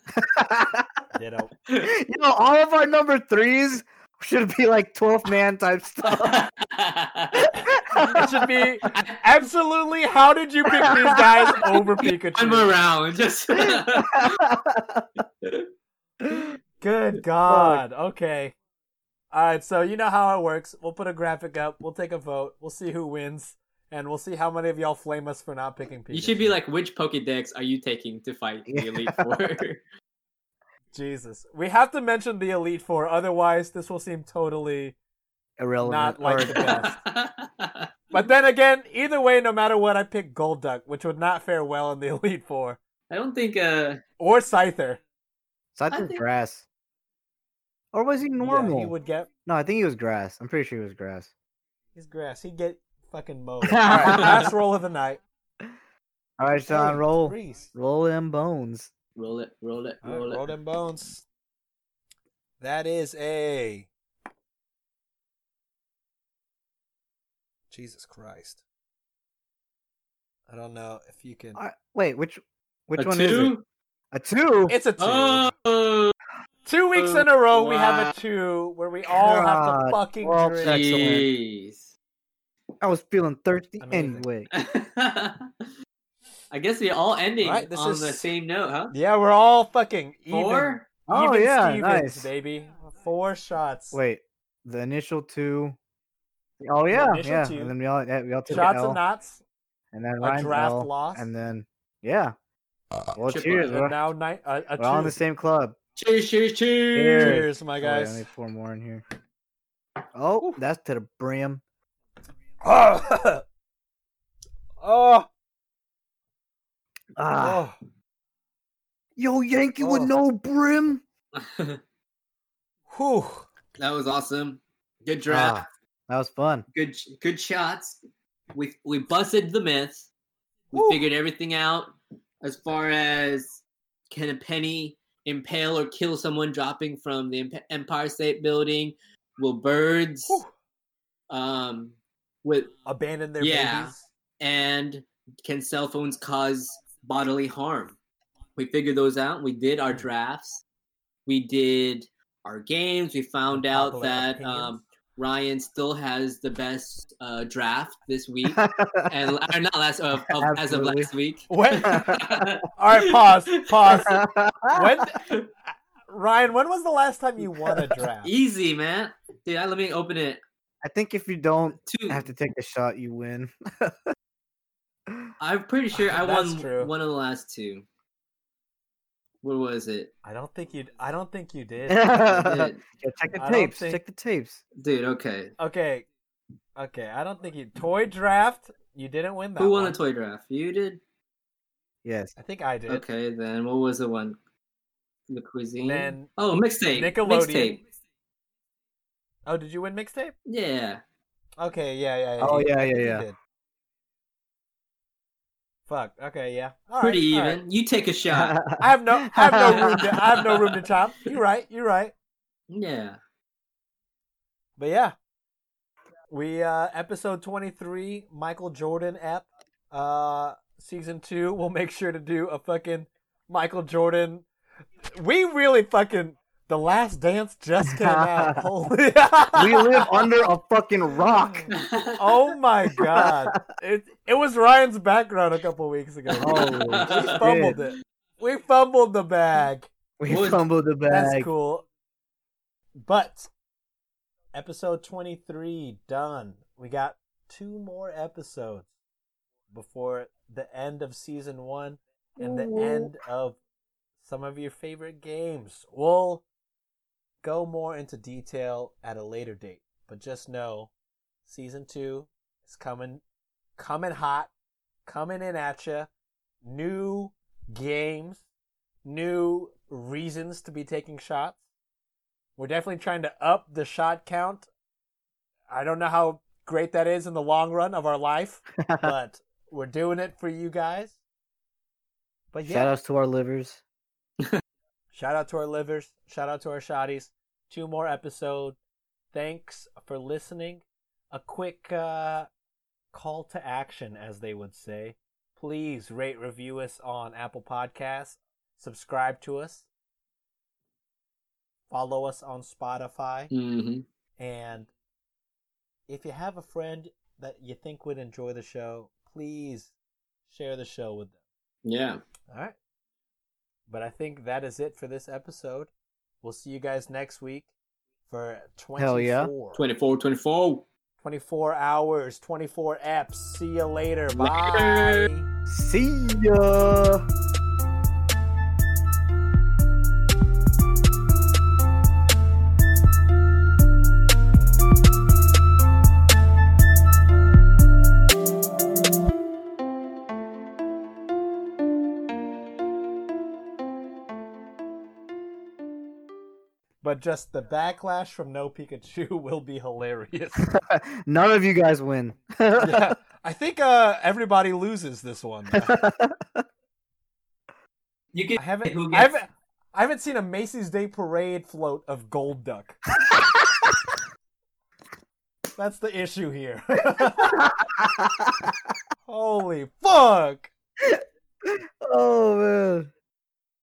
ditto. you know, all of our number threes should be like twelve man type stuff. It should be absolutely how did you pick these guys over One more Pikachu? round, just Good God. Okay. All right, so you know how it works. We'll put a graphic up. We'll take a vote. We'll see who wins, and we'll see how many of y'all flame us for not picking Pikachu. You should be like, which Pokedex are you taking to fight the Elite Four? Jesus. We have to mention the Elite Four, otherwise this will seem totally Irrelevant. Not like or- the best. But then again, either way, no matter what, I pick Golduck, which would not fare well in the Elite Four. I don't think. Uh, Or Scyther. Scyther was think- grass. Or was he Yeah, normal? he would get. No, I think he was grass. I'm pretty sure he was grass. He's grass. He'd get fucking mowed. All right, last roll of the night. All right, Sean, Hey, roll, Reese. roll them bones. roll it, roll it, All right, roll roll it. them bones. That is a. Jesus Christ. I don't know if you can. All right, wait, which, which A one is it? two? A two. It's a two. Oh, Two weeks in a row, we have a two where we all have to God. fucking Well, drink. Excellent. jeez. I was feeling thirsty Amazing. anyway. I guess they all ending Alright, this on is- the same note, huh? Yeah, we're all fucking even. Four. Oh, Even yeah, Stevens, nice. baby. Four shots. Wait, the initial two oh yeah, initial yeah. two. And then we all yeah, we all took an shots L, and knots. and then a Ryan's draft L, loss. and then yeah. Well, Chipper, cheers. and And We're, now nine. Uh, a we're all in the two. same club. Cheers, cheers, cheers. Cheers. Cheers, my Oh, wait, I guys. need four more in here. Oh, that's to the brim. oh, oh, Ah, yo, Yankee with Oh. no brim. that whew. was awesome. Good draft. Ah, that was fun. good good shots. We we busted the myths. We Woo. figured everything out as far as can a penny impale or kill someone dropping from the Emp- Empire State Building? Will birds Whew. um with Abandon their Yeah. babies. and can cell phones cause bodily harm? We figured those out. We did our drafts. We did our games. We found out Unpopular that opinions. um, Ryan still has the best uh, draft this week, and or not last of, of as of Absolutely. last week. When, all right, pause, pause. When, Ryan, when was the last time you won a draft? Easy, man. Dude, I, let me open it. I think if you don't Two. have to take the shot, you win. I'm pretty sure I That's won true. one of the last two. What was it, I don't think you. I don't think you did. yeah, Dude, check the I don't tapes. think- Check the tapes. dude? Okay, Okay, okay. I don't think you. Toy draft. You didn't win that. who won one. the toy draft? You did. Yes. I think I did. Okay, then what was the one? The cuisine. Then oh, mixtape. Nickelodeon. Mixtape. Oh, did you win mixtape? Yeah. Okay, yeah, yeah, yeah. Oh you- yeah, you yeah, yeah. did. Fuck. Okay, yeah. All Pretty right, all even. You take a shot. right. I have no. I have no room. To, I have no room to top. You're right. You're right. yeah. But yeah, we uh episode twenty three, Michael Jordan app, uh season two. We'll make sure to do a fucking Michael Jordan. We really fucking the Last Dance just came out. Holy, we live under a fucking rock. Mm-hmm. Oh my god! It it was Ryan's background a couple weeks ago. Oh, we fumbled it. We fumbled the bag. we Wood. fumbled the bag. That's cool. But episode 23 done. We got two more episodes before the end of season 1 and the end of some of your favorite games. We'll go more into detail at a later date, but just know season 2 is coming coming hot, coming in at you. New games, new reasons to be taking shots. We're definitely trying to up the shot count. I don't know how great that is in the long run of our life, but we're doing it for you guys. But yeah, Shout outs to our livers. Shout out to our livers. Shout out to our shotties. Two more episode. Thanks for listening. A quick uh, call to action, as they would say. Please rate, review us on Apple Podcasts. Subscribe to us. Follow us on Spotify. hmm And if you have a friend that you think would enjoy the show, please share the show with them. Yeah. All right. But I think that is it for this episode. We'll see you guys next week for 24. Hell yeah. 24, 24. 24 hours, 24 eps. See you later. Bye. See ya. But just the backlash from No Pikachu will be hilarious. None of you guys win. Yeah. I think uh, everybody loses this one. You can I haven't, Who I gets- haven't, I haven't seen a Macy's Day Parade float of Gold Duck. That's the issue here. Holy fuck! oh man.